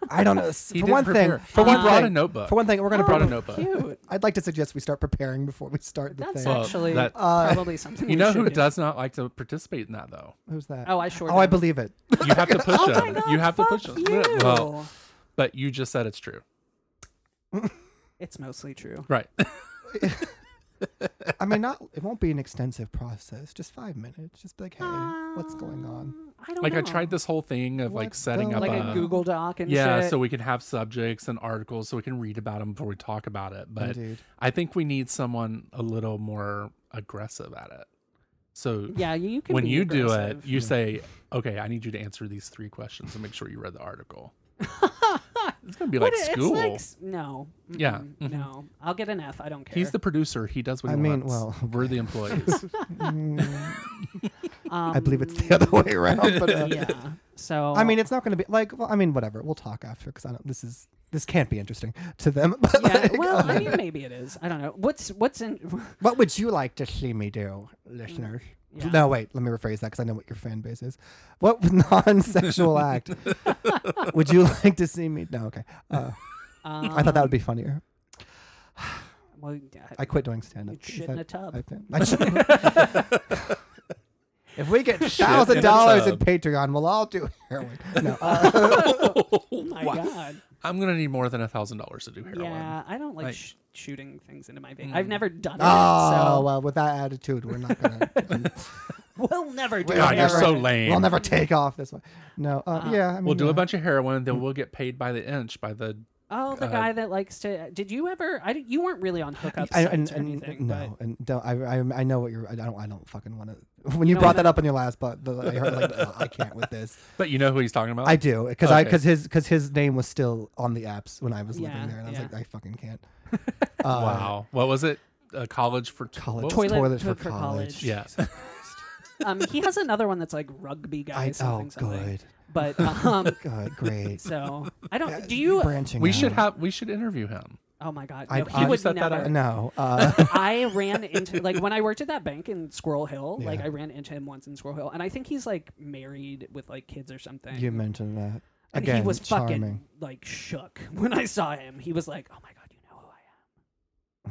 Speaker 2: I don't know. S-
Speaker 3: He
Speaker 2: for
Speaker 3: did
Speaker 2: one
Speaker 3: prepare.
Speaker 2: thing, for one
Speaker 3: he brought
Speaker 2: thing,
Speaker 3: a notebook.
Speaker 2: for one thing, we're gonna
Speaker 1: Oh,
Speaker 3: brought a
Speaker 2: probably-
Speaker 3: notebook.
Speaker 1: Cute.
Speaker 2: I'd like to suggest we start preparing before we start the
Speaker 1: That's
Speaker 2: thing.
Speaker 3: Well,
Speaker 1: actually
Speaker 3: that-
Speaker 2: Uh,
Speaker 1: probably something.
Speaker 3: you
Speaker 1: we
Speaker 3: know
Speaker 1: should
Speaker 3: who
Speaker 1: do.
Speaker 3: does not like to participate in that though?
Speaker 2: Who's that?
Speaker 1: Oh, I sure.
Speaker 2: oh, I
Speaker 1: do.
Speaker 2: believe it.
Speaker 3: You have to push
Speaker 1: Oh my
Speaker 3: him.
Speaker 1: God,
Speaker 3: you have to
Speaker 1: fuck
Speaker 3: push him.
Speaker 1: You.
Speaker 3: Well, but you just said it's true,
Speaker 1: it's mostly true.
Speaker 3: right?
Speaker 2: I mean, not. It won't be an extensive process. Just five minutes. Just be like, hey, what's going on?
Speaker 1: Um, I don't
Speaker 3: Like
Speaker 1: know.
Speaker 3: I tried this whole thing of like
Speaker 2: What
Speaker 3: setting
Speaker 2: the-
Speaker 3: up
Speaker 1: like
Speaker 3: a,
Speaker 1: a Google Doc and
Speaker 3: yeah,
Speaker 1: shit.
Speaker 3: so we can have subjects and articles so we can read about them before we talk about it. But
Speaker 2: Indeed.
Speaker 3: I think we need someone a little more aggressive at it. So
Speaker 1: yeah, you you can.
Speaker 3: when
Speaker 1: be
Speaker 3: you do it,
Speaker 1: aggressive. Hmm.
Speaker 3: you say, "Okay, I need you to answer these three questions and make sure you read the article." it's gonna be
Speaker 1: What
Speaker 3: like
Speaker 1: i- it's
Speaker 3: school.
Speaker 1: like s- mm-hmm. no.
Speaker 3: Yeah,
Speaker 1: Mm-mm,
Speaker 3: mhm.
Speaker 1: No, I'll get an F. I don't care.
Speaker 3: He's the producer. He does what
Speaker 2: I
Speaker 3: he
Speaker 2: mean,
Speaker 3: wants.
Speaker 2: well,
Speaker 3: we're the employees.
Speaker 1: um,
Speaker 2: I believe it's the other way around. But uh,
Speaker 1: yeah. So
Speaker 2: I mean, it's not going to be like. Well, I mean, whatever. We'll talk after because I don't. This is this can't be interesting to them. But
Speaker 1: yeah.
Speaker 2: like,
Speaker 1: well, I
Speaker 2: um,
Speaker 1: mean, maybe it is. I don't know. What's what's in?
Speaker 2: what would you like to see me do, listeners?
Speaker 1: Mm, Yeah.
Speaker 2: No, wait. Let me rephrase that because I know what your fan base is. What non-sexual act would you like to see me? No, okay. Uh,
Speaker 1: Um,
Speaker 2: I thought that would be funnier.
Speaker 1: Well, yeah,
Speaker 2: I quit doing stand-up.
Speaker 1: You'd
Speaker 2: Is
Speaker 1: shit in a tub.
Speaker 2: I think- I should- if we get thousand dollars in
Speaker 3: tub.
Speaker 2: Patreon, we'll all do heroin. No, uh,
Speaker 1: oh my god.
Speaker 3: I'm gonna need more than a thousand dollars to do heroin.
Speaker 1: Yeah, I don't like,
Speaker 3: Like-
Speaker 1: sh- shooting things into my vein. I've never done it,
Speaker 2: Mm. oh
Speaker 1: so
Speaker 2: well, with that attitude, we're not gonna.
Speaker 1: we'll never do
Speaker 2: we'll
Speaker 1: it.
Speaker 3: God, you're
Speaker 2: never-
Speaker 3: so lame.
Speaker 2: We'll never take off this one. No, uh, yeah. I mean,
Speaker 3: We'll do
Speaker 2: yeah.
Speaker 3: a bunch of heroin,
Speaker 2: Mm.
Speaker 3: then we'll get paid by the inch by the.
Speaker 1: Oh, the
Speaker 3: Uh,
Speaker 1: guy that likes to. Did you ever? I didn't- you weren't really on hookups
Speaker 2: I,
Speaker 1: sites
Speaker 2: and,
Speaker 1: or
Speaker 2: and-
Speaker 1: anything.
Speaker 2: no, and don't, I, I, I know what you're. I don't. I don't fucking want to. When you
Speaker 1: No,
Speaker 2: brought
Speaker 1: no.
Speaker 2: that up in your last, but the, I heard like, "Ugh, I can't with this.
Speaker 3: But you know who he's talking about.
Speaker 2: I do because I
Speaker 3: Okay.
Speaker 2: because his because his name was still on the apps when I was
Speaker 1: Yeah,
Speaker 2: living there, and I was
Speaker 1: yeah.
Speaker 2: like, I fucking can't.
Speaker 3: wow. What was it? A college for
Speaker 2: College
Speaker 3: what was-
Speaker 1: Toilet
Speaker 2: toilets
Speaker 1: for
Speaker 2: for,
Speaker 1: college.
Speaker 2: college.
Speaker 3: Yeah.
Speaker 1: But, um, he has another one that's like rugby guy.
Speaker 2: I, oh,
Speaker 1: something, something.
Speaker 2: good,
Speaker 1: But um,
Speaker 2: good, great.
Speaker 1: so I don't. Do you?
Speaker 2: Branching.
Speaker 3: we should
Speaker 2: out.
Speaker 3: have. We should interview him.
Speaker 1: Oh my god, no,
Speaker 2: I-
Speaker 1: he
Speaker 2: I-
Speaker 1: would
Speaker 3: Set that
Speaker 1: never.
Speaker 3: up.
Speaker 2: No, uh,
Speaker 1: I ran into like when I worked at that bank in Squirrel Hill. Like
Speaker 2: Yeah.
Speaker 1: I ran into him once in Squirrel Hill, and I think he's like married with like kids or something.
Speaker 2: you mentioned that
Speaker 1: and
Speaker 2: again.
Speaker 1: he was
Speaker 2: charming.
Speaker 1: fucking like shook when I saw him. He was like, "Oh my god, you know who I am."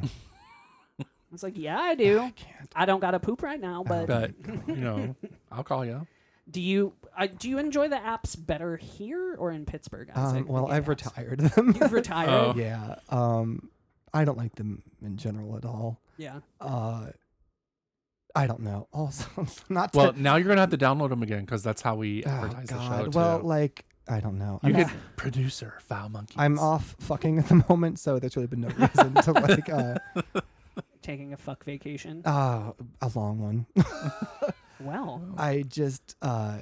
Speaker 1: I was like, "Yeah, I do. I,
Speaker 2: can't.
Speaker 1: don't got to poop right
Speaker 2: Oh,
Speaker 1: now, but
Speaker 3: But you know, I'll call you.
Speaker 1: do you uh, do you enjoy the apps better here or in Pittsburgh?"
Speaker 2: Um,
Speaker 1: Isaac,
Speaker 2: well,
Speaker 1: the
Speaker 2: I've
Speaker 1: apps?
Speaker 2: retired them.
Speaker 1: You've retired.
Speaker 3: Oh.
Speaker 2: yeah. Um, I don't like them in general at all.
Speaker 1: Yeah.
Speaker 2: Uh, I don't know. Also, not to,
Speaker 3: Well, now you're gonna have to download them again because that's how we
Speaker 2: oh,
Speaker 3: advertise the show.
Speaker 2: God. Well,
Speaker 3: too.
Speaker 2: like I don't know. I'm,
Speaker 3: you could producer foul monkey.
Speaker 2: I'm off fucking at the moment, so there's really been no reason to like uh,
Speaker 1: Taking a fuck vacation.
Speaker 2: uh a long one.
Speaker 3: Oh.
Speaker 1: well,
Speaker 2: I just uh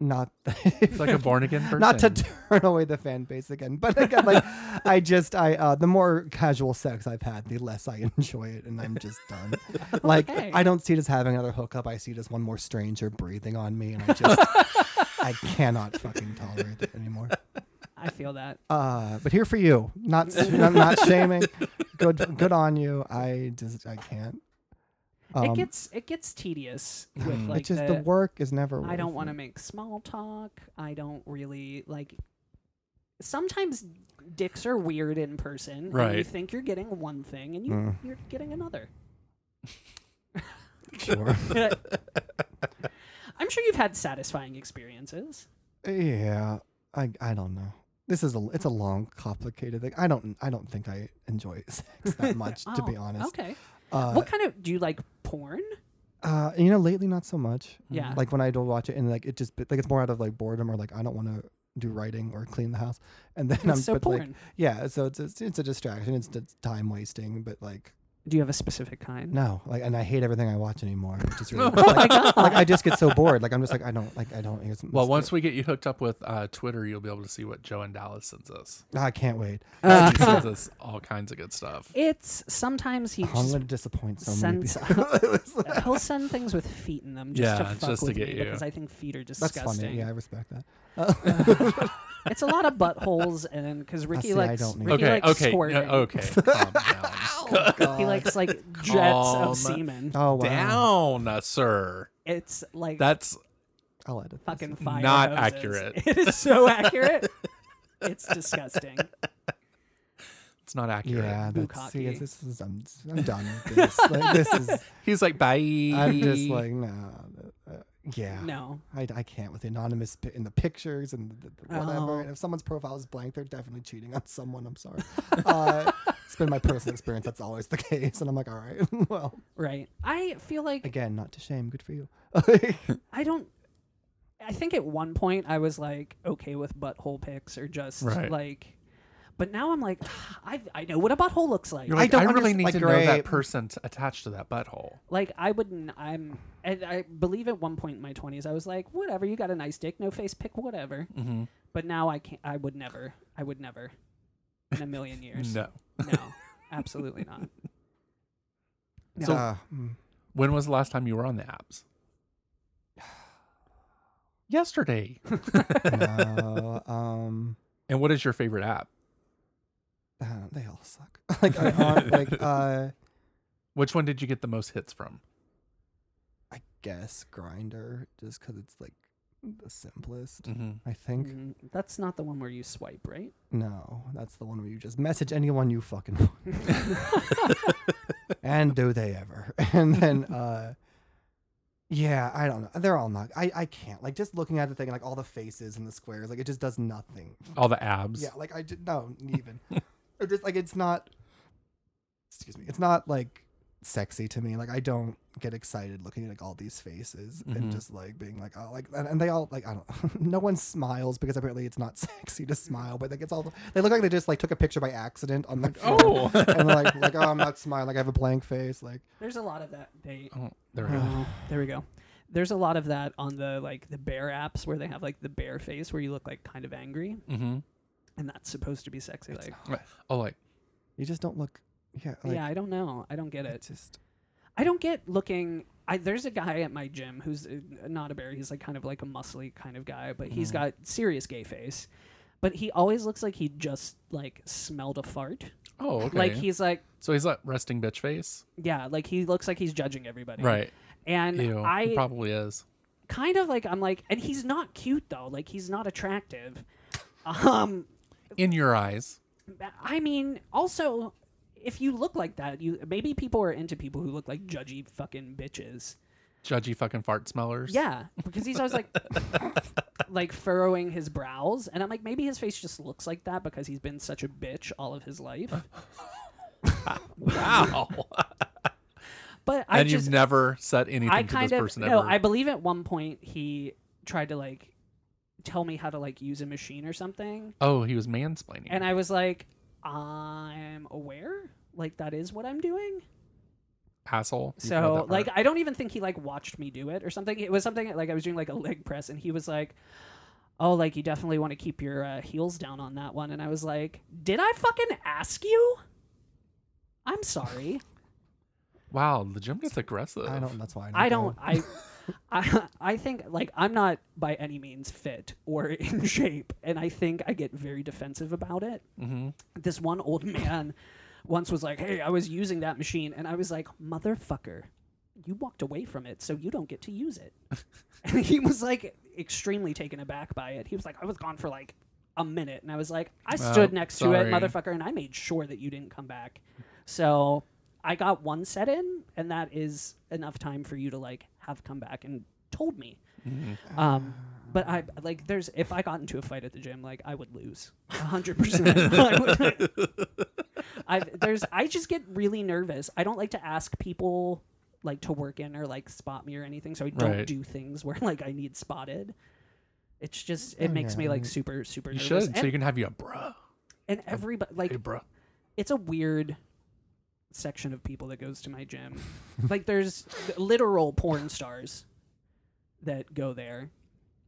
Speaker 2: not
Speaker 3: It's like a born again person.
Speaker 2: not to turn away the fan base again, but again, like I just I uh the more casual sex I've had, the less I enjoy it, and I'm just done. Like
Speaker 1: Okay.
Speaker 2: I don't see it as having another hookup. I see it as one more stranger breathing on me, and I just I cannot fucking tolerate it anymore.
Speaker 1: I feel that.
Speaker 2: Uh, but here for you, not not, not shaming. Good good on you. I just I can't.
Speaker 1: it
Speaker 2: Um,
Speaker 1: gets it gets tedious with like
Speaker 2: it's just the,
Speaker 1: the
Speaker 2: work is never.
Speaker 1: I don't
Speaker 2: worth
Speaker 1: want to
Speaker 2: it.
Speaker 1: make small talk. I don't really like. Sometimes dicks are weird in person. And you
Speaker 3: Right.
Speaker 1: think you're getting one thing and you,
Speaker 2: Mm.
Speaker 1: you're getting another.
Speaker 2: Sure.
Speaker 1: I'm sure you've had satisfying experiences.
Speaker 2: Yeah, I I don't know. This is a it's a long, complicated thing. I don't I don't think I enjoy sex that much, to be
Speaker 1: Oh,
Speaker 2: honest.
Speaker 1: Okay.
Speaker 2: Uh,
Speaker 1: what kind of do you like porn?
Speaker 2: uh, you know, lately not so much.
Speaker 1: Yeah.
Speaker 2: Like when I do watch it, and like it just like it's more out of like boredom or like I don't want to do writing or clean the house, and then I'm
Speaker 1: so
Speaker 2: but like
Speaker 1: porn.
Speaker 2: yeah, so it's a, it's a distraction. It's, it's time wasting, but like
Speaker 1: do you have a specific kind?
Speaker 2: no, like and I hate everything I watch anymore. Which is
Speaker 1: Oh
Speaker 2: really like, like I just get so bored. Like I'm just like I don't like I don't. it's-
Speaker 3: Well, once we get you hooked up with uh, Twitter, you'll be able to see what Joe and Dallas sends us.
Speaker 2: I can't wait.
Speaker 3: he sends us all kinds of good stuff.
Speaker 1: It's sometimes he
Speaker 2: Oh, I'm
Speaker 1: just
Speaker 2: gonna disappoint so many
Speaker 1: sends
Speaker 2: people.
Speaker 1: he'll send things with feet in them just
Speaker 3: Yeah,
Speaker 1: to fuck
Speaker 3: just to
Speaker 1: with
Speaker 3: get
Speaker 1: me
Speaker 3: you.
Speaker 1: because I think feet are
Speaker 2: That's
Speaker 1: disgusting.
Speaker 2: funny. Yeah, I respect that.
Speaker 1: It's a lot of buttholes and because Ricky
Speaker 2: see, I
Speaker 1: likes
Speaker 2: don't need-
Speaker 1: Ricky
Speaker 3: okay,
Speaker 1: likes
Speaker 3: okay, no,
Speaker 1: squirting.
Speaker 3: okay. Calm down,
Speaker 1: He likes like jets
Speaker 3: Calm
Speaker 1: of semen.
Speaker 2: Oh wow!
Speaker 3: down, uh, sir.
Speaker 1: It's like
Speaker 3: That's
Speaker 2: I'll edit. this.
Speaker 1: fucking fire.
Speaker 3: not
Speaker 1: hoses.
Speaker 3: accurate.
Speaker 1: It is so accurate. It's disgusting.
Speaker 3: it's not accurate.
Speaker 2: Yeah, that's, see,
Speaker 1: Bukkake.
Speaker 2: it's- this is I'm, I'm done with this. like, this is
Speaker 3: He's like, bye.
Speaker 2: I'm just like no, uh, yeah,
Speaker 1: No.
Speaker 2: I, I can't with the anonymous pi- in the pictures and the, the whatever.
Speaker 1: Oh.
Speaker 2: And if someone's profile is blank, they're definitely cheating on someone. I'm sorry. uh, it's been my personal experience. That's always the case, and I'm like, all right, well,
Speaker 1: Right. I feel like
Speaker 2: again, not to shame. Good for you.
Speaker 1: I don't I think at one point I was like okay with butthole pics or just
Speaker 3: Right.
Speaker 1: like, but now I'm like I I know what a butthole looks like.
Speaker 3: You're
Speaker 2: I
Speaker 3: like, I,
Speaker 2: don't
Speaker 3: really
Speaker 2: understand-
Speaker 3: need
Speaker 2: like,
Speaker 3: to know
Speaker 2: great.
Speaker 3: that person t- attached to that butthole.
Speaker 1: Like I wouldn't. I'm. And I believe at one point in my twenties, I was like, whatever. You got a nice dick, no face pick, whatever.
Speaker 3: Mm-hmm.
Speaker 1: But now I can't. I would never. I would never. In a million years.
Speaker 3: No.
Speaker 1: No. Absolutely not. No.
Speaker 2: Ah, mm.
Speaker 3: When was the last time you were on the apps? Yesterday.
Speaker 2: no, um,
Speaker 3: And what is your favorite app?
Speaker 2: I don't know, they all suck. like, I, hon- like uh,
Speaker 3: Which one did you get the most hits from?
Speaker 2: I guess grinder, just because it's like the simplest.
Speaker 3: Mm-hmm.
Speaker 2: I think
Speaker 1: Mm, that's not the one where you swipe, right?
Speaker 2: no, that's the one where you just message anyone you fucking want. and do they ever? And then, uh, yeah, I don't know. They're all not. I I can't like just looking at the thing and like all the faces and the squares. Like it just does nothing
Speaker 3: All the abs.
Speaker 2: Yeah, like I did no even. or just like it's not. Excuse me. It's not like sexy to me. Like I don't get excited looking at like all these faces and just like being like oh like and, and they all like I don't no one smiles because apparently it's not sexy to smile but like it's all they look like they just like took a picture by accident on the
Speaker 3: Oh.
Speaker 2: and like like oh I'm not smiling like I have a blank face like
Speaker 1: There's a lot of that. They.
Speaker 3: Oh, there we
Speaker 1: Uh-huh.
Speaker 3: go.
Speaker 1: There we go. There's a lot of that on the like the bear apps where they have like the bear face where you look like kind of angry,
Speaker 3: hmm
Speaker 1: and that's supposed to be sexy. Like,
Speaker 3: Oh, like,
Speaker 2: you just don't look yeah like
Speaker 1: yeah, I don't know. I don't get it.
Speaker 2: it's just
Speaker 1: I don't get looking. I, there's a guy at my gym who's uh, not a bear. He's like kind of like a muscly kind of guy, but
Speaker 3: Mm.
Speaker 1: he's got serious gay face. But he always looks like he just like smelled a fart.
Speaker 3: oh, okay.
Speaker 1: Like he's like,
Speaker 3: so he's like resting bitch face?
Speaker 1: yeah, like he looks like he's judging everybody.
Speaker 3: Right.
Speaker 1: And
Speaker 3: Ew.
Speaker 1: I
Speaker 3: he probably is.
Speaker 1: kind of like I'm like, and he's not cute though. Like he's not attractive. Um,
Speaker 3: In your eyes.
Speaker 1: I mean, also, if you look like that, you maybe people are into people who look like judgy fucking bitches.
Speaker 3: Judgy fucking fart smellers.
Speaker 1: Yeah, because he's always like, like furrowing his brows, and I'm like, maybe his face just looks like that because he's been such a bitch all of his life.
Speaker 3: Wow.
Speaker 1: But I
Speaker 3: and
Speaker 1: just,
Speaker 3: you've never said anything
Speaker 1: I
Speaker 3: to
Speaker 1: kind
Speaker 3: this
Speaker 1: of
Speaker 3: person
Speaker 1: no.
Speaker 3: ever.
Speaker 1: I believe at one point he tried to like tell me how to like use a machine or something,
Speaker 3: oh, he was mansplaining.
Speaker 1: and I was like, I'm aware, like that is what I'm doing.
Speaker 3: Asshole. You forgot
Speaker 1: So
Speaker 3: that
Speaker 1: like
Speaker 3: part.
Speaker 1: I don't even think he like watched me do it or something. It was something like I was doing like a leg press and he was like, "Oh, like you definitely want to keep your uh, heels down on that one." And I was like, "Did I fucking ask you?" I'm sorry.
Speaker 3: Wow, the gym gets aggressive.
Speaker 2: I don't that's why
Speaker 1: I don't I I I think like I'm not by any means fit or in shape and I think I get very defensive about it.
Speaker 3: Mm-hmm.
Speaker 1: This one old man once was like, "Hey, I was using that machine." And I was like, "Motherfucker, you walked away from it, so you don't get to use it." and he was like extremely taken aback by it. He was like, "I was gone for like a minute." And I was like, "I stood next to
Speaker 3: sorry.
Speaker 1: it, motherfucker, and I made sure that you didn't come back." So, I got one set in, and that is enough time for you to like have come back and told me. Um but I like there's if I got into a fight at the gym, like I would lose. a 100%. I would, I there's I just get really nervous. I don't like to ask people like to work in or like spot me or anything, so I don't
Speaker 3: Right.
Speaker 1: do things where like I need spotted. It's just it makes me like super super
Speaker 3: Oh, You
Speaker 1: nervous.
Speaker 3: should.
Speaker 1: and,
Speaker 3: so you can have you a bruh.
Speaker 1: and everybody like
Speaker 3: Hey, bruh.
Speaker 1: it's a weird section of people that goes to my gym. like there's literal porn stars that go there.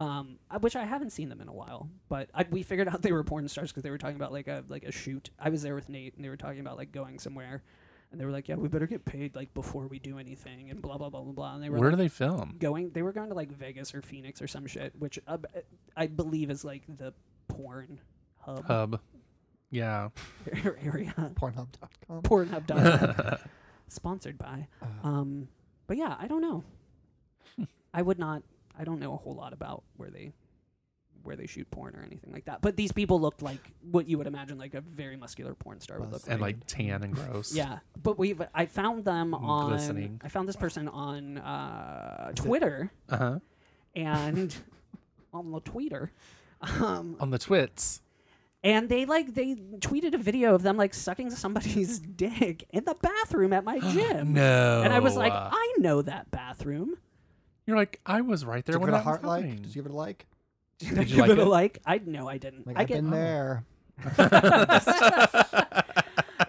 Speaker 1: Um, I- which I haven't seen them in a while, but I, we figured out they were porn stars because they were talking about like a like a shoot. I was there with Nate, and they were talking about like going somewhere, and they were like, "Yeah, we better get paid like before we do anything," and blah blah blah blah blah. And they were
Speaker 3: Where do
Speaker 1: like,
Speaker 3: they film?
Speaker 1: going? They were going to like Vegas or Phoenix or some shit, which uh, I believe is like the porn hub
Speaker 3: Hub. Yeah.
Speaker 1: area.
Speaker 2: Pornhub.com.
Speaker 1: Pornhub.com. sponsored by.
Speaker 3: Uh.
Speaker 1: Um, but yeah, I don't know. I would not. I don't know a whole lot about where they where they shoot porn or anything like that. But these people looked like what you would imagine like a very muscular porn star would look
Speaker 2: Bust.
Speaker 1: like.
Speaker 3: And like tan and gross.
Speaker 1: Yeah, but we I found them on.
Speaker 3: Glistening.
Speaker 1: I found this person on uh, Twitter
Speaker 3: Uh huh.
Speaker 1: and on the Twitter. Um,
Speaker 3: On the twits.
Speaker 1: and they like they tweeted a video of them like sucking somebody's dick in the bathroom at my gym.
Speaker 3: No. uh,
Speaker 1: "Ah." And I was like, I know that bathroom.
Speaker 3: You're like, I was right there
Speaker 2: Did you
Speaker 3: when
Speaker 2: give it a
Speaker 3: that was
Speaker 2: heart like?
Speaker 3: happening."
Speaker 2: Did you give it a like?
Speaker 1: Did I
Speaker 3: you
Speaker 1: give
Speaker 3: like
Speaker 1: it
Speaker 3: it?
Speaker 1: a like? I no, I didn't.
Speaker 2: Like
Speaker 1: I
Speaker 2: I've
Speaker 1: get
Speaker 2: been there.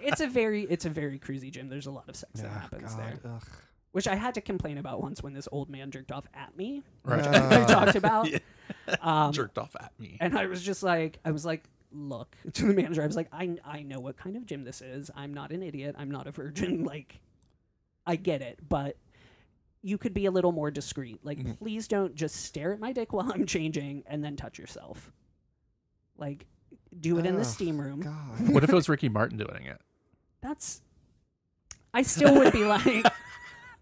Speaker 1: it's a very it's a very cruisy gym. There's a lot of sex that
Speaker 2: Ah,
Speaker 1: happens
Speaker 2: God,
Speaker 1: there,
Speaker 2: ugh.
Speaker 1: which I had to complain about once when this old man jerked off at me.
Speaker 3: Right.
Speaker 2: Uh,
Speaker 1: I talked about,
Speaker 3: jerked off at me.
Speaker 1: Um, and I was just like, I was like, look to the manager. I was like, I I know what kind of gym this is. I'm not an idiot. I'm not a virgin. Like, I get it, but you could be a little more discreet. Like,
Speaker 2: Mm-hmm.
Speaker 1: please don't just stare at my dick while I'm changing and then touch yourself. Like, do it in the
Speaker 2: Ugh,
Speaker 1: steam room.
Speaker 2: God.
Speaker 3: what if it was Ricky Martin doing it?
Speaker 1: that's I still would be like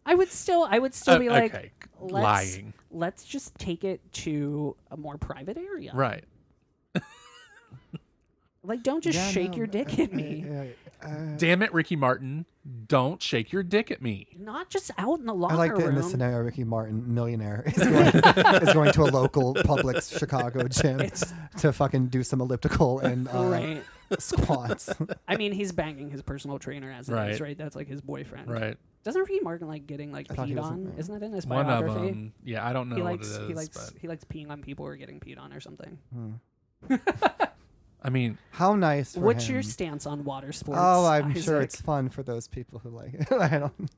Speaker 1: I would still I would still
Speaker 3: Uh,
Speaker 1: be like
Speaker 3: okay,
Speaker 1: let's,
Speaker 3: lying.
Speaker 1: Let's just take it to a more private area.
Speaker 3: Right.
Speaker 1: Like don't just
Speaker 2: Yeah,
Speaker 1: shake
Speaker 2: no,
Speaker 1: your
Speaker 2: I-
Speaker 1: dick at
Speaker 2: I-
Speaker 1: me.
Speaker 2: I- I-
Speaker 3: Damn it, Ricky Martin! Don't shake your dick at me.
Speaker 1: Not just out in the locker
Speaker 2: I like that
Speaker 1: room.
Speaker 2: in this scenario, Ricky Martin, millionaire, is going, is going to a local public Chicago gym
Speaker 1: It's-
Speaker 2: to fucking do some elliptical and uh,
Speaker 1: Right.
Speaker 2: squats.
Speaker 1: I mean, he's banging his personal trainer as it is, right.
Speaker 3: Right.
Speaker 1: That's like his boyfriend.
Speaker 3: Right.
Speaker 1: Doesn't Ricky Martin like getting like
Speaker 2: I thought he
Speaker 1: peed
Speaker 2: was in
Speaker 1: on?
Speaker 2: there.
Speaker 1: Isn't that in his
Speaker 3: One of
Speaker 1: biography?
Speaker 3: them. Yeah, I don't know
Speaker 1: he
Speaker 3: what
Speaker 1: likes
Speaker 3: it is,
Speaker 1: he likes
Speaker 3: but
Speaker 1: he likes peeing on people or getting peed on or something.
Speaker 3: I mean,
Speaker 2: How nice. For
Speaker 1: What's your
Speaker 2: him.
Speaker 1: stance on water sports?
Speaker 2: Oh, I'm sure
Speaker 1: Isaac?
Speaker 2: it's fun for those people who like it. I don't.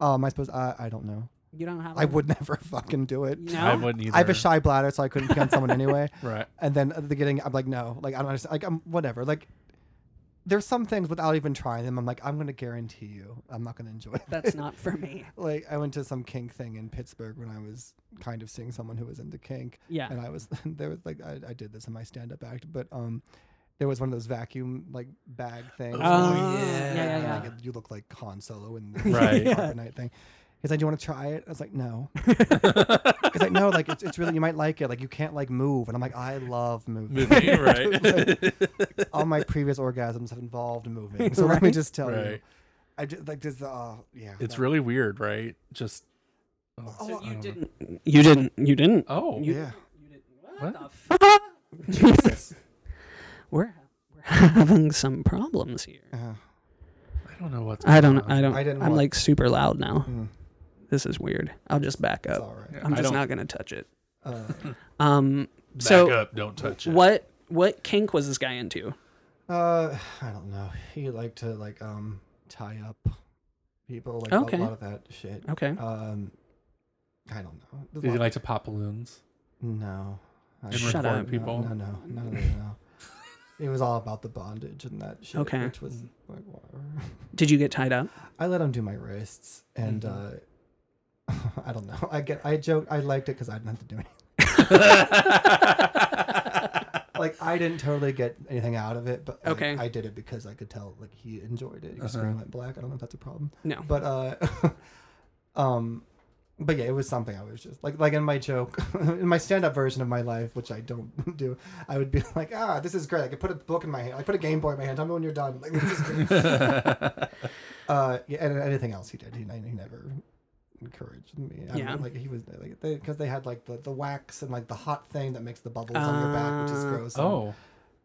Speaker 2: Oh, am I supposed? I I don't know.
Speaker 1: you don't have.
Speaker 2: I
Speaker 1: a-
Speaker 2: would never fucking do it.
Speaker 1: No?
Speaker 3: I wouldn't either.
Speaker 2: I have a shy bladder, so I couldn't pee on someone anyway.
Speaker 3: Right.
Speaker 2: And then at the beginning, I'm like, no, like I don't understand. Like I'm whatever. Like there's some things without even trying them. I'm like, I'm gonna guarantee you, I'm not gonna enjoy. It.
Speaker 1: That's not for me.
Speaker 2: Like I went to some kink thing in Pittsburgh when I was kind of seeing someone who was into kink.
Speaker 1: Yeah.
Speaker 2: And I was there was like I, I did this in my stand up act, but um. There was one of those vacuum like bag things.
Speaker 1: Oh, yeah. Yeah, yeah,
Speaker 2: And,
Speaker 1: yeah.
Speaker 2: like, you look like Han Solo in the
Speaker 3: Right. Yeah.
Speaker 2: carbonite thing. He's like, "Do you want to try it?" I was like, "No." He's like, "No, like it's, it's really you might like it. Like you can't like move." And I'm like, "I love moving.
Speaker 3: movie, right?
Speaker 2: All my previous orgasms have involved moving. So let me
Speaker 1: Right.
Speaker 2: just tell you,
Speaker 3: Right.
Speaker 2: I just, like this. Uh, yeah,
Speaker 3: It's
Speaker 2: no.
Speaker 3: really weird, right? Just
Speaker 1: So you didn't. You didn't. You didn't.
Speaker 3: oh,
Speaker 2: yeah.
Speaker 1: What the fuck? we're we're having some problems here.
Speaker 2: uh-huh.
Speaker 3: I don't know what's.
Speaker 1: I don't. I don't.
Speaker 2: I didn't
Speaker 1: I'm
Speaker 2: want- Mm.
Speaker 1: like super loud now. This is weird. I'll just back up.
Speaker 2: all right.
Speaker 1: I'm
Speaker 3: I
Speaker 1: just
Speaker 3: don't-
Speaker 1: not gonna touch it.
Speaker 2: Uh,
Speaker 1: Um.
Speaker 3: Back
Speaker 1: so
Speaker 3: up! Don't touch it.
Speaker 1: what? What kink was this guy into?
Speaker 2: uh, I don't know. He liked to like um tie up people, like
Speaker 1: Okay.
Speaker 2: a lot of that shit.
Speaker 1: Okay.
Speaker 2: Um, I don't know. There's a
Speaker 3: Did
Speaker 2: lot-
Speaker 3: you like to pop balloons?
Speaker 2: No. I
Speaker 3: And
Speaker 2: don't-
Speaker 1: Shut
Speaker 3: record
Speaker 1: up.
Speaker 3: people.
Speaker 2: No, no, no, no, no. no. it was all about the bondage and that shit,
Speaker 1: Okay.
Speaker 2: which was like whatever.
Speaker 1: Did you get tied up?
Speaker 2: I let him do my wrists, and uh, I don't know. I get, I joke, I liked it because I didn't have to do anything. like I didn't totally get anything out of it, but like,
Speaker 1: Okay.
Speaker 2: I did it because I could tell like he enjoyed it. Your screen went black. I don't know if that's a problem.
Speaker 1: No.
Speaker 2: But uh, um, but yeah, it was something I was just like like in my joke, in my stand up version of my life, which I don't do. I would be like, ah, this is great. I could put a book in my hand. I put a Game Boy in my hand. Tell me when you're done. Like this is great. uh, yeah, and anything else he did, he, he never encouraged me. I
Speaker 1: Yeah.
Speaker 2: yeah, like he was like they because they had like the, the wax and like the hot thing that makes the bubbles on your back, which is
Speaker 1: Uh,
Speaker 2: gross. and-
Speaker 3: Oh,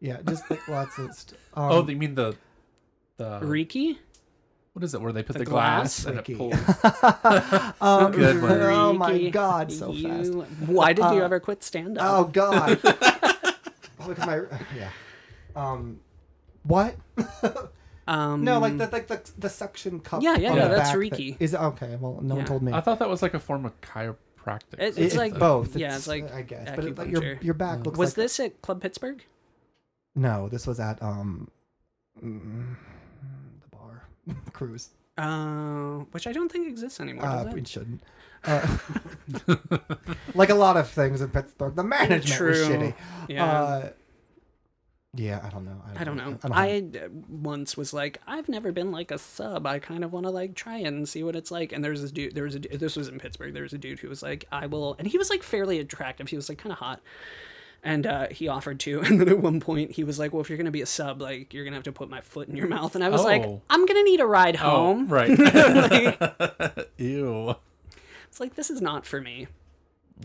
Speaker 2: yeah, just like lots of. St- um,
Speaker 3: oh, you mean the the
Speaker 1: Riki?
Speaker 3: what is it? Where they put the,
Speaker 1: the
Speaker 3: glass,
Speaker 1: glass?
Speaker 3: and
Speaker 2: Ricky.
Speaker 3: it pulls.
Speaker 2: um,
Speaker 3: Good one.
Speaker 2: Oh my
Speaker 1: Riki,
Speaker 2: god, so fast. Uh,
Speaker 1: you- Why did you ever quit stand
Speaker 2: Oh
Speaker 1: up?
Speaker 2: God. Look at my yeah. Um, what?
Speaker 1: um,
Speaker 2: oh, No, like the like the, the suction cup.
Speaker 1: Yeah, yeah,
Speaker 2: on
Speaker 1: yeah,
Speaker 2: the
Speaker 1: that's
Speaker 2: back
Speaker 1: Reiki.
Speaker 2: That, is it okay? Well, no
Speaker 1: Yeah.
Speaker 2: one told me.
Speaker 3: I thought that was like a form of chiropractic.
Speaker 1: It-
Speaker 2: It-
Speaker 1: it's like-
Speaker 2: both.
Speaker 1: yeah, it's like
Speaker 2: I guess, but it, like your
Speaker 1: acupuncture.
Speaker 2: your back looks.
Speaker 1: was
Speaker 2: like
Speaker 1: this at Club Pittsburgh?
Speaker 2: No, this was at um, mm, the bar cruise.
Speaker 1: Uh, which I don't think exists anymore. does
Speaker 2: Uh,
Speaker 1: it?
Speaker 2: it shouldn't. Uh, like a lot of things in Pittsburgh, the management was
Speaker 1: True.
Speaker 2: shitty.
Speaker 1: Yeah.
Speaker 2: Uh, yeah, I don't know.
Speaker 1: I don't know.
Speaker 2: I,
Speaker 1: I, uh, once was like, I've never been like a sub. I kind of want to like try and see what it's like. And there's this dude. There was a. du- This was in Pittsburgh. There was a dude who was like, I will. And he was like fairly attractive. He was like kind of hot. And uh, he offered to. And then at one point, he was like, "Well, if you're gonna be a sub, like you're gonna have to put my foot in your mouth." And I was like,
Speaker 3: Oh.
Speaker 1: "I'm gonna need a ride
Speaker 3: oh,
Speaker 1: home."
Speaker 3: right.
Speaker 1: like,
Speaker 3: Ew.
Speaker 1: it's like this is not for me.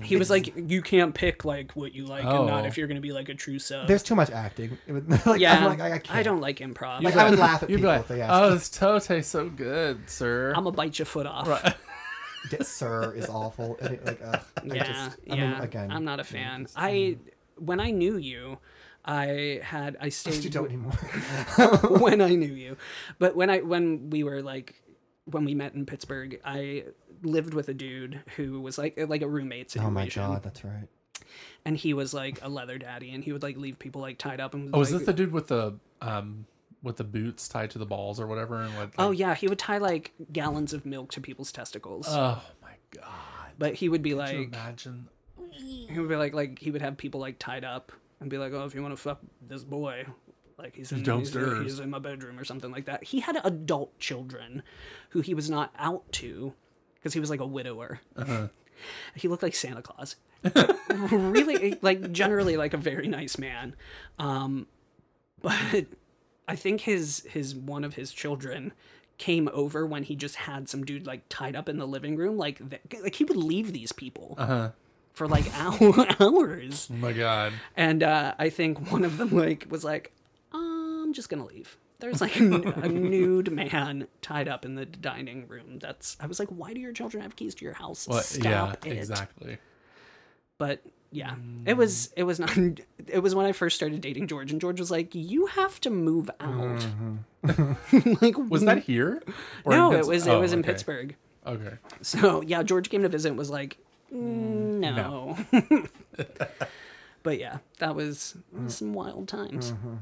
Speaker 1: He was like, "You can't pick like what you like, and not
Speaker 3: Oh.
Speaker 1: if you're gonna be like a true sub."
Speaker 2: There's too much acting. It would- like,
Speaker 1: yeah,
Speaker 2: I'm like, I, I can't.
Speaker 1: don't like improv.
Speaker 2: Like, I would laugh at
Speaker 3: You'd
Speaker 2: people
Speaker 3: be like,
Speaker 2: if they asked.
Speaker 3: "Oh, this toe tastes so good, sir."
Speaker 1: I'm gonna bite your foot off.
Speaker 2: Get Sir is awful. I think, like, ugh, I
Speaker 1: yeah,
Speaker 2: just- I
Speaker 1: yeah.
Speaker 2: mean, again,
Speaker 1: I'm not
Speaker 2: yeah,
Speaker 1: a fan.
Speaker 2: just- mm.
Speaker 1: I when I knew you, I had I stayed
Speaker 2: You don't anymore.
Speaker 1: when I knew you. But when I when we were like when we met in Pittsburgh, I lived with a dude who was like like a roommate
Speaker 2: oh
Speaker 1: situation.
Speaker 2: my god, that's right.
Speaker 1: And he was like a leather daddy, and he would like leave people like tied up. And was
Speaker 3: Oh, is
Speaker 1: like-
Speaker 3: this the dude with the um with the boots tied to the balls or whatever? And what?
Speaker 1: Oh yeah, he would tie like gallons of milk to people's testicles.
Speaker 3: Oh my god!
Speaker 1: but he would be
Speaker 3: Could you
Speaker 1: like,
Speaker 3: imagine?
Speaker 1: he would be like, like he would have people like tied up and be like, oh, if you want to fuck this boy, like he's in he's,
Speaker 3: downstairs.
Speaker 1: he's in my bedroom or something like that. He had adult children who he was not out to because he was like a widower. He looked like Santa Claus. really, like generally, like a very nice man. Um, but I think his his one of his children came over when he just had some dude like tied up in the living room like th- like he would leave these people for like hour, hours
Speaker 3: Oh my god!
Speaker 1: and uh, I think one of them like was like I'm just gonna leave. There's like a, n- a nude man tied up in the dining room. That's I was like, why do your children have keys to your house?
Speaker 3: Well, yeah, Mm.
Speaker 1: Stop it
Speaker 3: exactly.
Speaker 1: but yeah it was it was not it was when i first started dating george and george was like you have to move out like
Speaker 3: Mm-hmm. Was that here? Or in
Speaker 1: no it
Speaker 3: Pitts-
Speaker 1: was it
Speaker 3: Oh,
Speaker 1: was in
Speaker 3: okay.
Speaker 1: pittsburgh
Speaker 3: Okay.
Speaker 1: so yeah george came to visit and was like "Mm, no, but yeah that was some wild times
Speaker 2: Mm-hmm.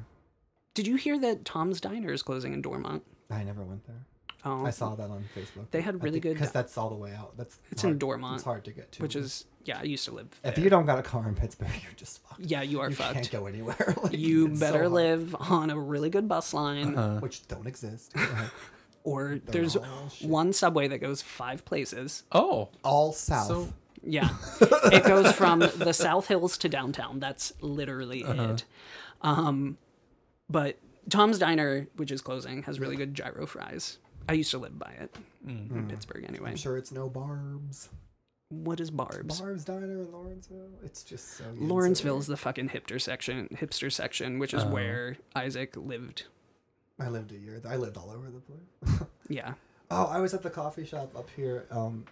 Speaker 1: did you hear that tom's diner is closing in dormont
Speaker 2: I never went there.
Speaker 1: oh
Speaker 2: I saw that on Facebook.
Speaker 1: They had really good-
Speaker 2: because that's all the way out. That's
Speaker 1: It's in
Speaker 2: hard,
Speaker 1: Dormont,
Speaker 2: It's hard to get to.
Speaker 1: which is yeah i used to live
Speaker 2: if
Speaker 1: there.
Speaker 2: you don't got a car in Pittsburgh, you're just fucked.
Speaker 1: yeah you are
Speaker 2: you
Speaker 1: fucked
Speaker 2: can't go anywhere. Like,
Speaker 1: you
Speaker 2: it's so
Speaker 1: better
Speaker 2: hard. Uh-huh.
Speaker 1: live on a really good bus line
Speaker 2: which don't exist. Go ahead.
Speaker 1: or there's
Speaker 2: all shit.
Speaker 1: one subway that goes five places.
Speaker 3: Oh,
Speaker 2: all south.
Speaker 3: so
Speaker 1: Yeah. it goes from the South Hills to downtown. That's literally it. Um, but Tom's Diner, which is closing, has really good gyro fries. I used to live by it in Pittsburgh anyway.
Speaker 2: I'm sure it's no Barb's.
Speaker 1: What is Barb's?
Speaker 2: Barb's Diner in Lawrenceville. It's just so.
Speaker 1: Lawrenceville is the fucking hipster section, hipster section, which is where Isaac lived.
Speaker 2: I lived a year. th- I lived all over the place.
Speaker 1: Yeah.
Speaker 2: oh, I was at the coffee shop up here, um,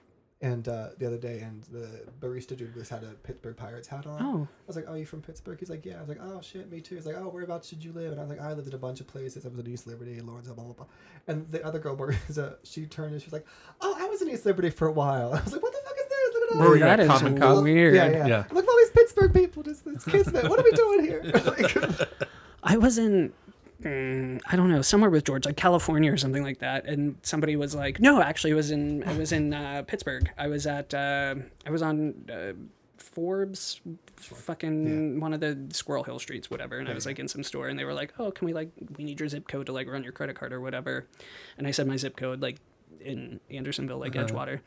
Speaker 2: and uh, the other day, and the barista dude was had a Pittsburgh Pirates hat on.
Speaker 1: Oh.
Speaker 2: I was like, "Oh, you from Pittsburgh?" He's like, "Yeah." I was like, "Oh shit, me too." He's like, "Oh, whereabouts did you live?" And I was like, "I lived in a bunch of places. I was in East Liberty, Lawrenceville, blah blah blah." And the other girl, barista, she turned and she was like, "Oh, I was in East Liberty for a while." I was like, "What the fuck is this?" Look at all
Speaker 3: Where we
Speaker 2: these-
Speaker 3: got
Speaker 1: That is
Speaker 3: Common Cop.
Speaker 1: weird.
Speaker 2: Yeah, yeah,
Speaker 3: Yeah.
Speaker 2: Look at all these Pittsburgh people. Just this kismet. What are we doing here? Like,
Speaker 1: I was in, mm, I don't know, somewhere with George, like California or something like that, and somebody was like, "No, actually, it was in, I was in uh, Pittsburgh. I was at, uh, I was on uh, Forbes, fucking one of the Squirrel Hill streets, whatever." And I was like in some store, and they were like, "Oh, can we like, we need your zip code to like run your credit card or whatever," and I said my zip code like in Andersonville,
Speaker 3: Uh-huh.
Speaker 1: like Edgewater,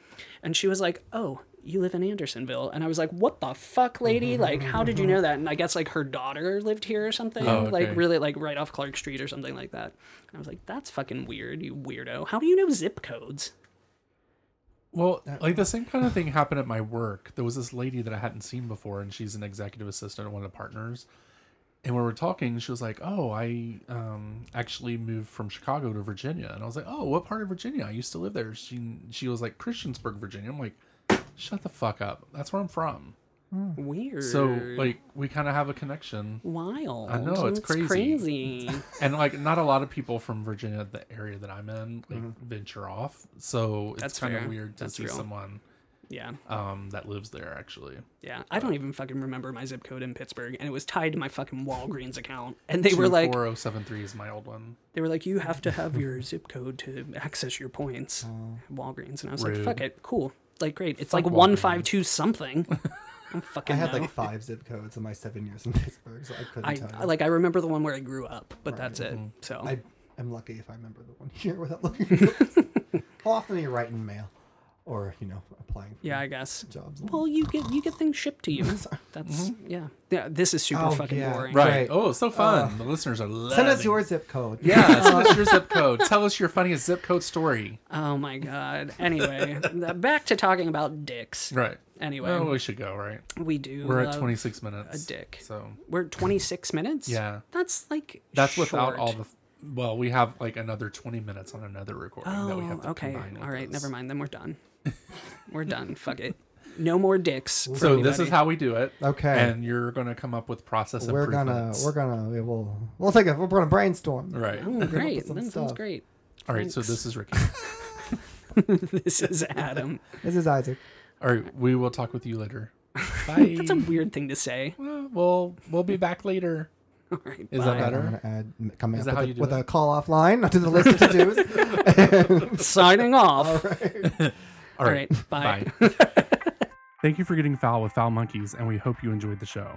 Speaker 1: and she was like, "Oh." You live in Andersonville, and I was like, "What the fuck, lady? Like, how did you know that?" And I guess like her daughter lived here or something,
Speaker 3: Mm-hmm. Oh,
Speaker 1: like
Speaker 3: okay.
Speaker 1: really like right off Clark Street or something like that. And I was like, that's fucking weird, you weirdo. How do you know zip codes?
Speaker 3: Well, like the same kind of thing happened at my work. There was this lady that I hadn't seen before, and she's an executive assistant at one of the partners. And when we were talking, she was like, "Oh, I um, actually moved from Chicago to Virginia," and I was like, "Oh, what part of Virginia? I used to live there." She she was like Christiansburg, Virginia. I'm like, "Shut the fuck up! That's where I'm from."
Speaker 1: Weird.
Speaker 3: So like we kind of have a connection,
Speaker 1: wild.
Speaker 3: I know,
Speaker 1: That's
Speaker 3: it's crazy.
Speaker 1: crazy.
Speaker 3: and like not a lot of people from Virginia, the area that I'm in, like venture off. So it's
Speaker 1: That's
Speaker 3: kind of
Speaker 1: fair.
Speaker 3: weird to
Speaker 1: That's
Speaker 3: see
Speaker 1: real.
Speaker 3: someone
Speaker 1: yeah,
Speaker 3: um, that lives there actually.
Speaker 1: yeah. I don't even fucking remember my zip code in Pittsburgh, and it was tied to my fucking Walgreens account. And they were like,
Speaker 3: 4073 is my old one.
Speaker 1: they were like, you have to have your zip code to access your points, at Walgreens. And I was like,
Speaker 3: Rude.
Speaker 1: fuck it, cool, like great. It's like
Speaker 3: Walgreens.
Speaker 1: one five two something. I'm
Speaker 2: I
Speaker 1: fucking.
Speaker 2: had
Speaker 1: know.
Speaker 2: like five zip codes in my seven years in Pittsburgh, so I couldn't
Speaker 1: I
Speaker 2: tell. you.
Speaker 1: like I remember the one where I grew up, but that's it.
Speaker 3: Mm-hmm.
Speaker 1: So
Speaker 2: I am lucky if I remember the one here without looking. How often are you writing mail, or you know, applying for
Speaker 1: yeah, I guess.
Speaker 2: jobs?
Speaker 1: Well, you get you get things shipped to you. That's yeah. Yeah, this is super
Speaker 2: Oh,
Speaker 1: fucking
Speaker 2: yeah.
Speaker 1: boring.
Speaker 3: Mm-hmm. Right.
Speaker 2: Right.
Speaker 3: Oh, so fun. the listeners are loving.
Speaker 2: Send us your zip code.
Speaker 3: Yeah, send us your zip code. Tell us your funniest zip code story.
Speaker 1: Oh my god. Anyway, th- back to talking about dicks.
Speaker 3: Right.
Speaker 1: Anyway,
Speaker 3: Well, we should go, right?
Speaker 1: we do.
Speaker 3: We're at
Speaker 1: love-
Speaker 3: 26 minutes.
Speaker 1: a dick.
Speaker 3: So
Speaker 1: We're at 26 minutes.
Speaker 3: Yeah.
Speaker 1: That's like
Speaker 3: that's
Speaker 1: short.
Speaker 3: without all the. Well, we have like another 20 minutes on another recording that we
Speaker 1: Oh,
Speaker 3: have to
Speaker 1: okay.
Speaker 3: combine with
Speaker 1: All right.
Speaker 3: this.
Speaker 1: Never mind. Then we're done. We're done. Fuck it. No more dicks. for
Speaker 3: So this
Speaker 1: anybody.
Speaker 3: is how we do it.
Speaker 2: Okay.
Speaker 3: And you're gonna come up with process
Speaker 2: we're gonna
Speaker 3: improvements.
Speaker 2: we're gonna we will we'll take a we're gonna brainstorm.
Speaker 3: right.
Speaker 1: Oh, great.
Speaker 2: some
Speaker 1: That sounds
Speaker 2: stuff.
Speaker 1: great.
Speaker 3: All right. So this is Ricky.
Speaker 1: This is Adam.
Speaker 2: This is Isaac.
Speaker 3: All right. We will talk with you later. Bye.
Speaker 1: That's a weird thing to say.
Speaker 3: Well, we'll we'll be back later.
Speaker 1: All right,
Speaker 3: Is
Speaker 1: bye.
Speaker 3: that
Speaker 2: I'm
Speaker 3: better?
Speaker 2: gonna add coming
Speaker 3: Is that
Speaker 2: up
Speaker 3: how
Speaker 2: with,
Speaker 3: you
Speaker 2: a,
Speaker 3: do
Speaker 2: with
Speaker 3: it?
Speaker 2: a call offline to the list of to dos.
Speaker 1: Signing off.
Speaker 3: All right.
Speaker 1: bye.
Speaker 3: Thank you for getting foul with Foul Monkeys, and we hope you enjoyed the show.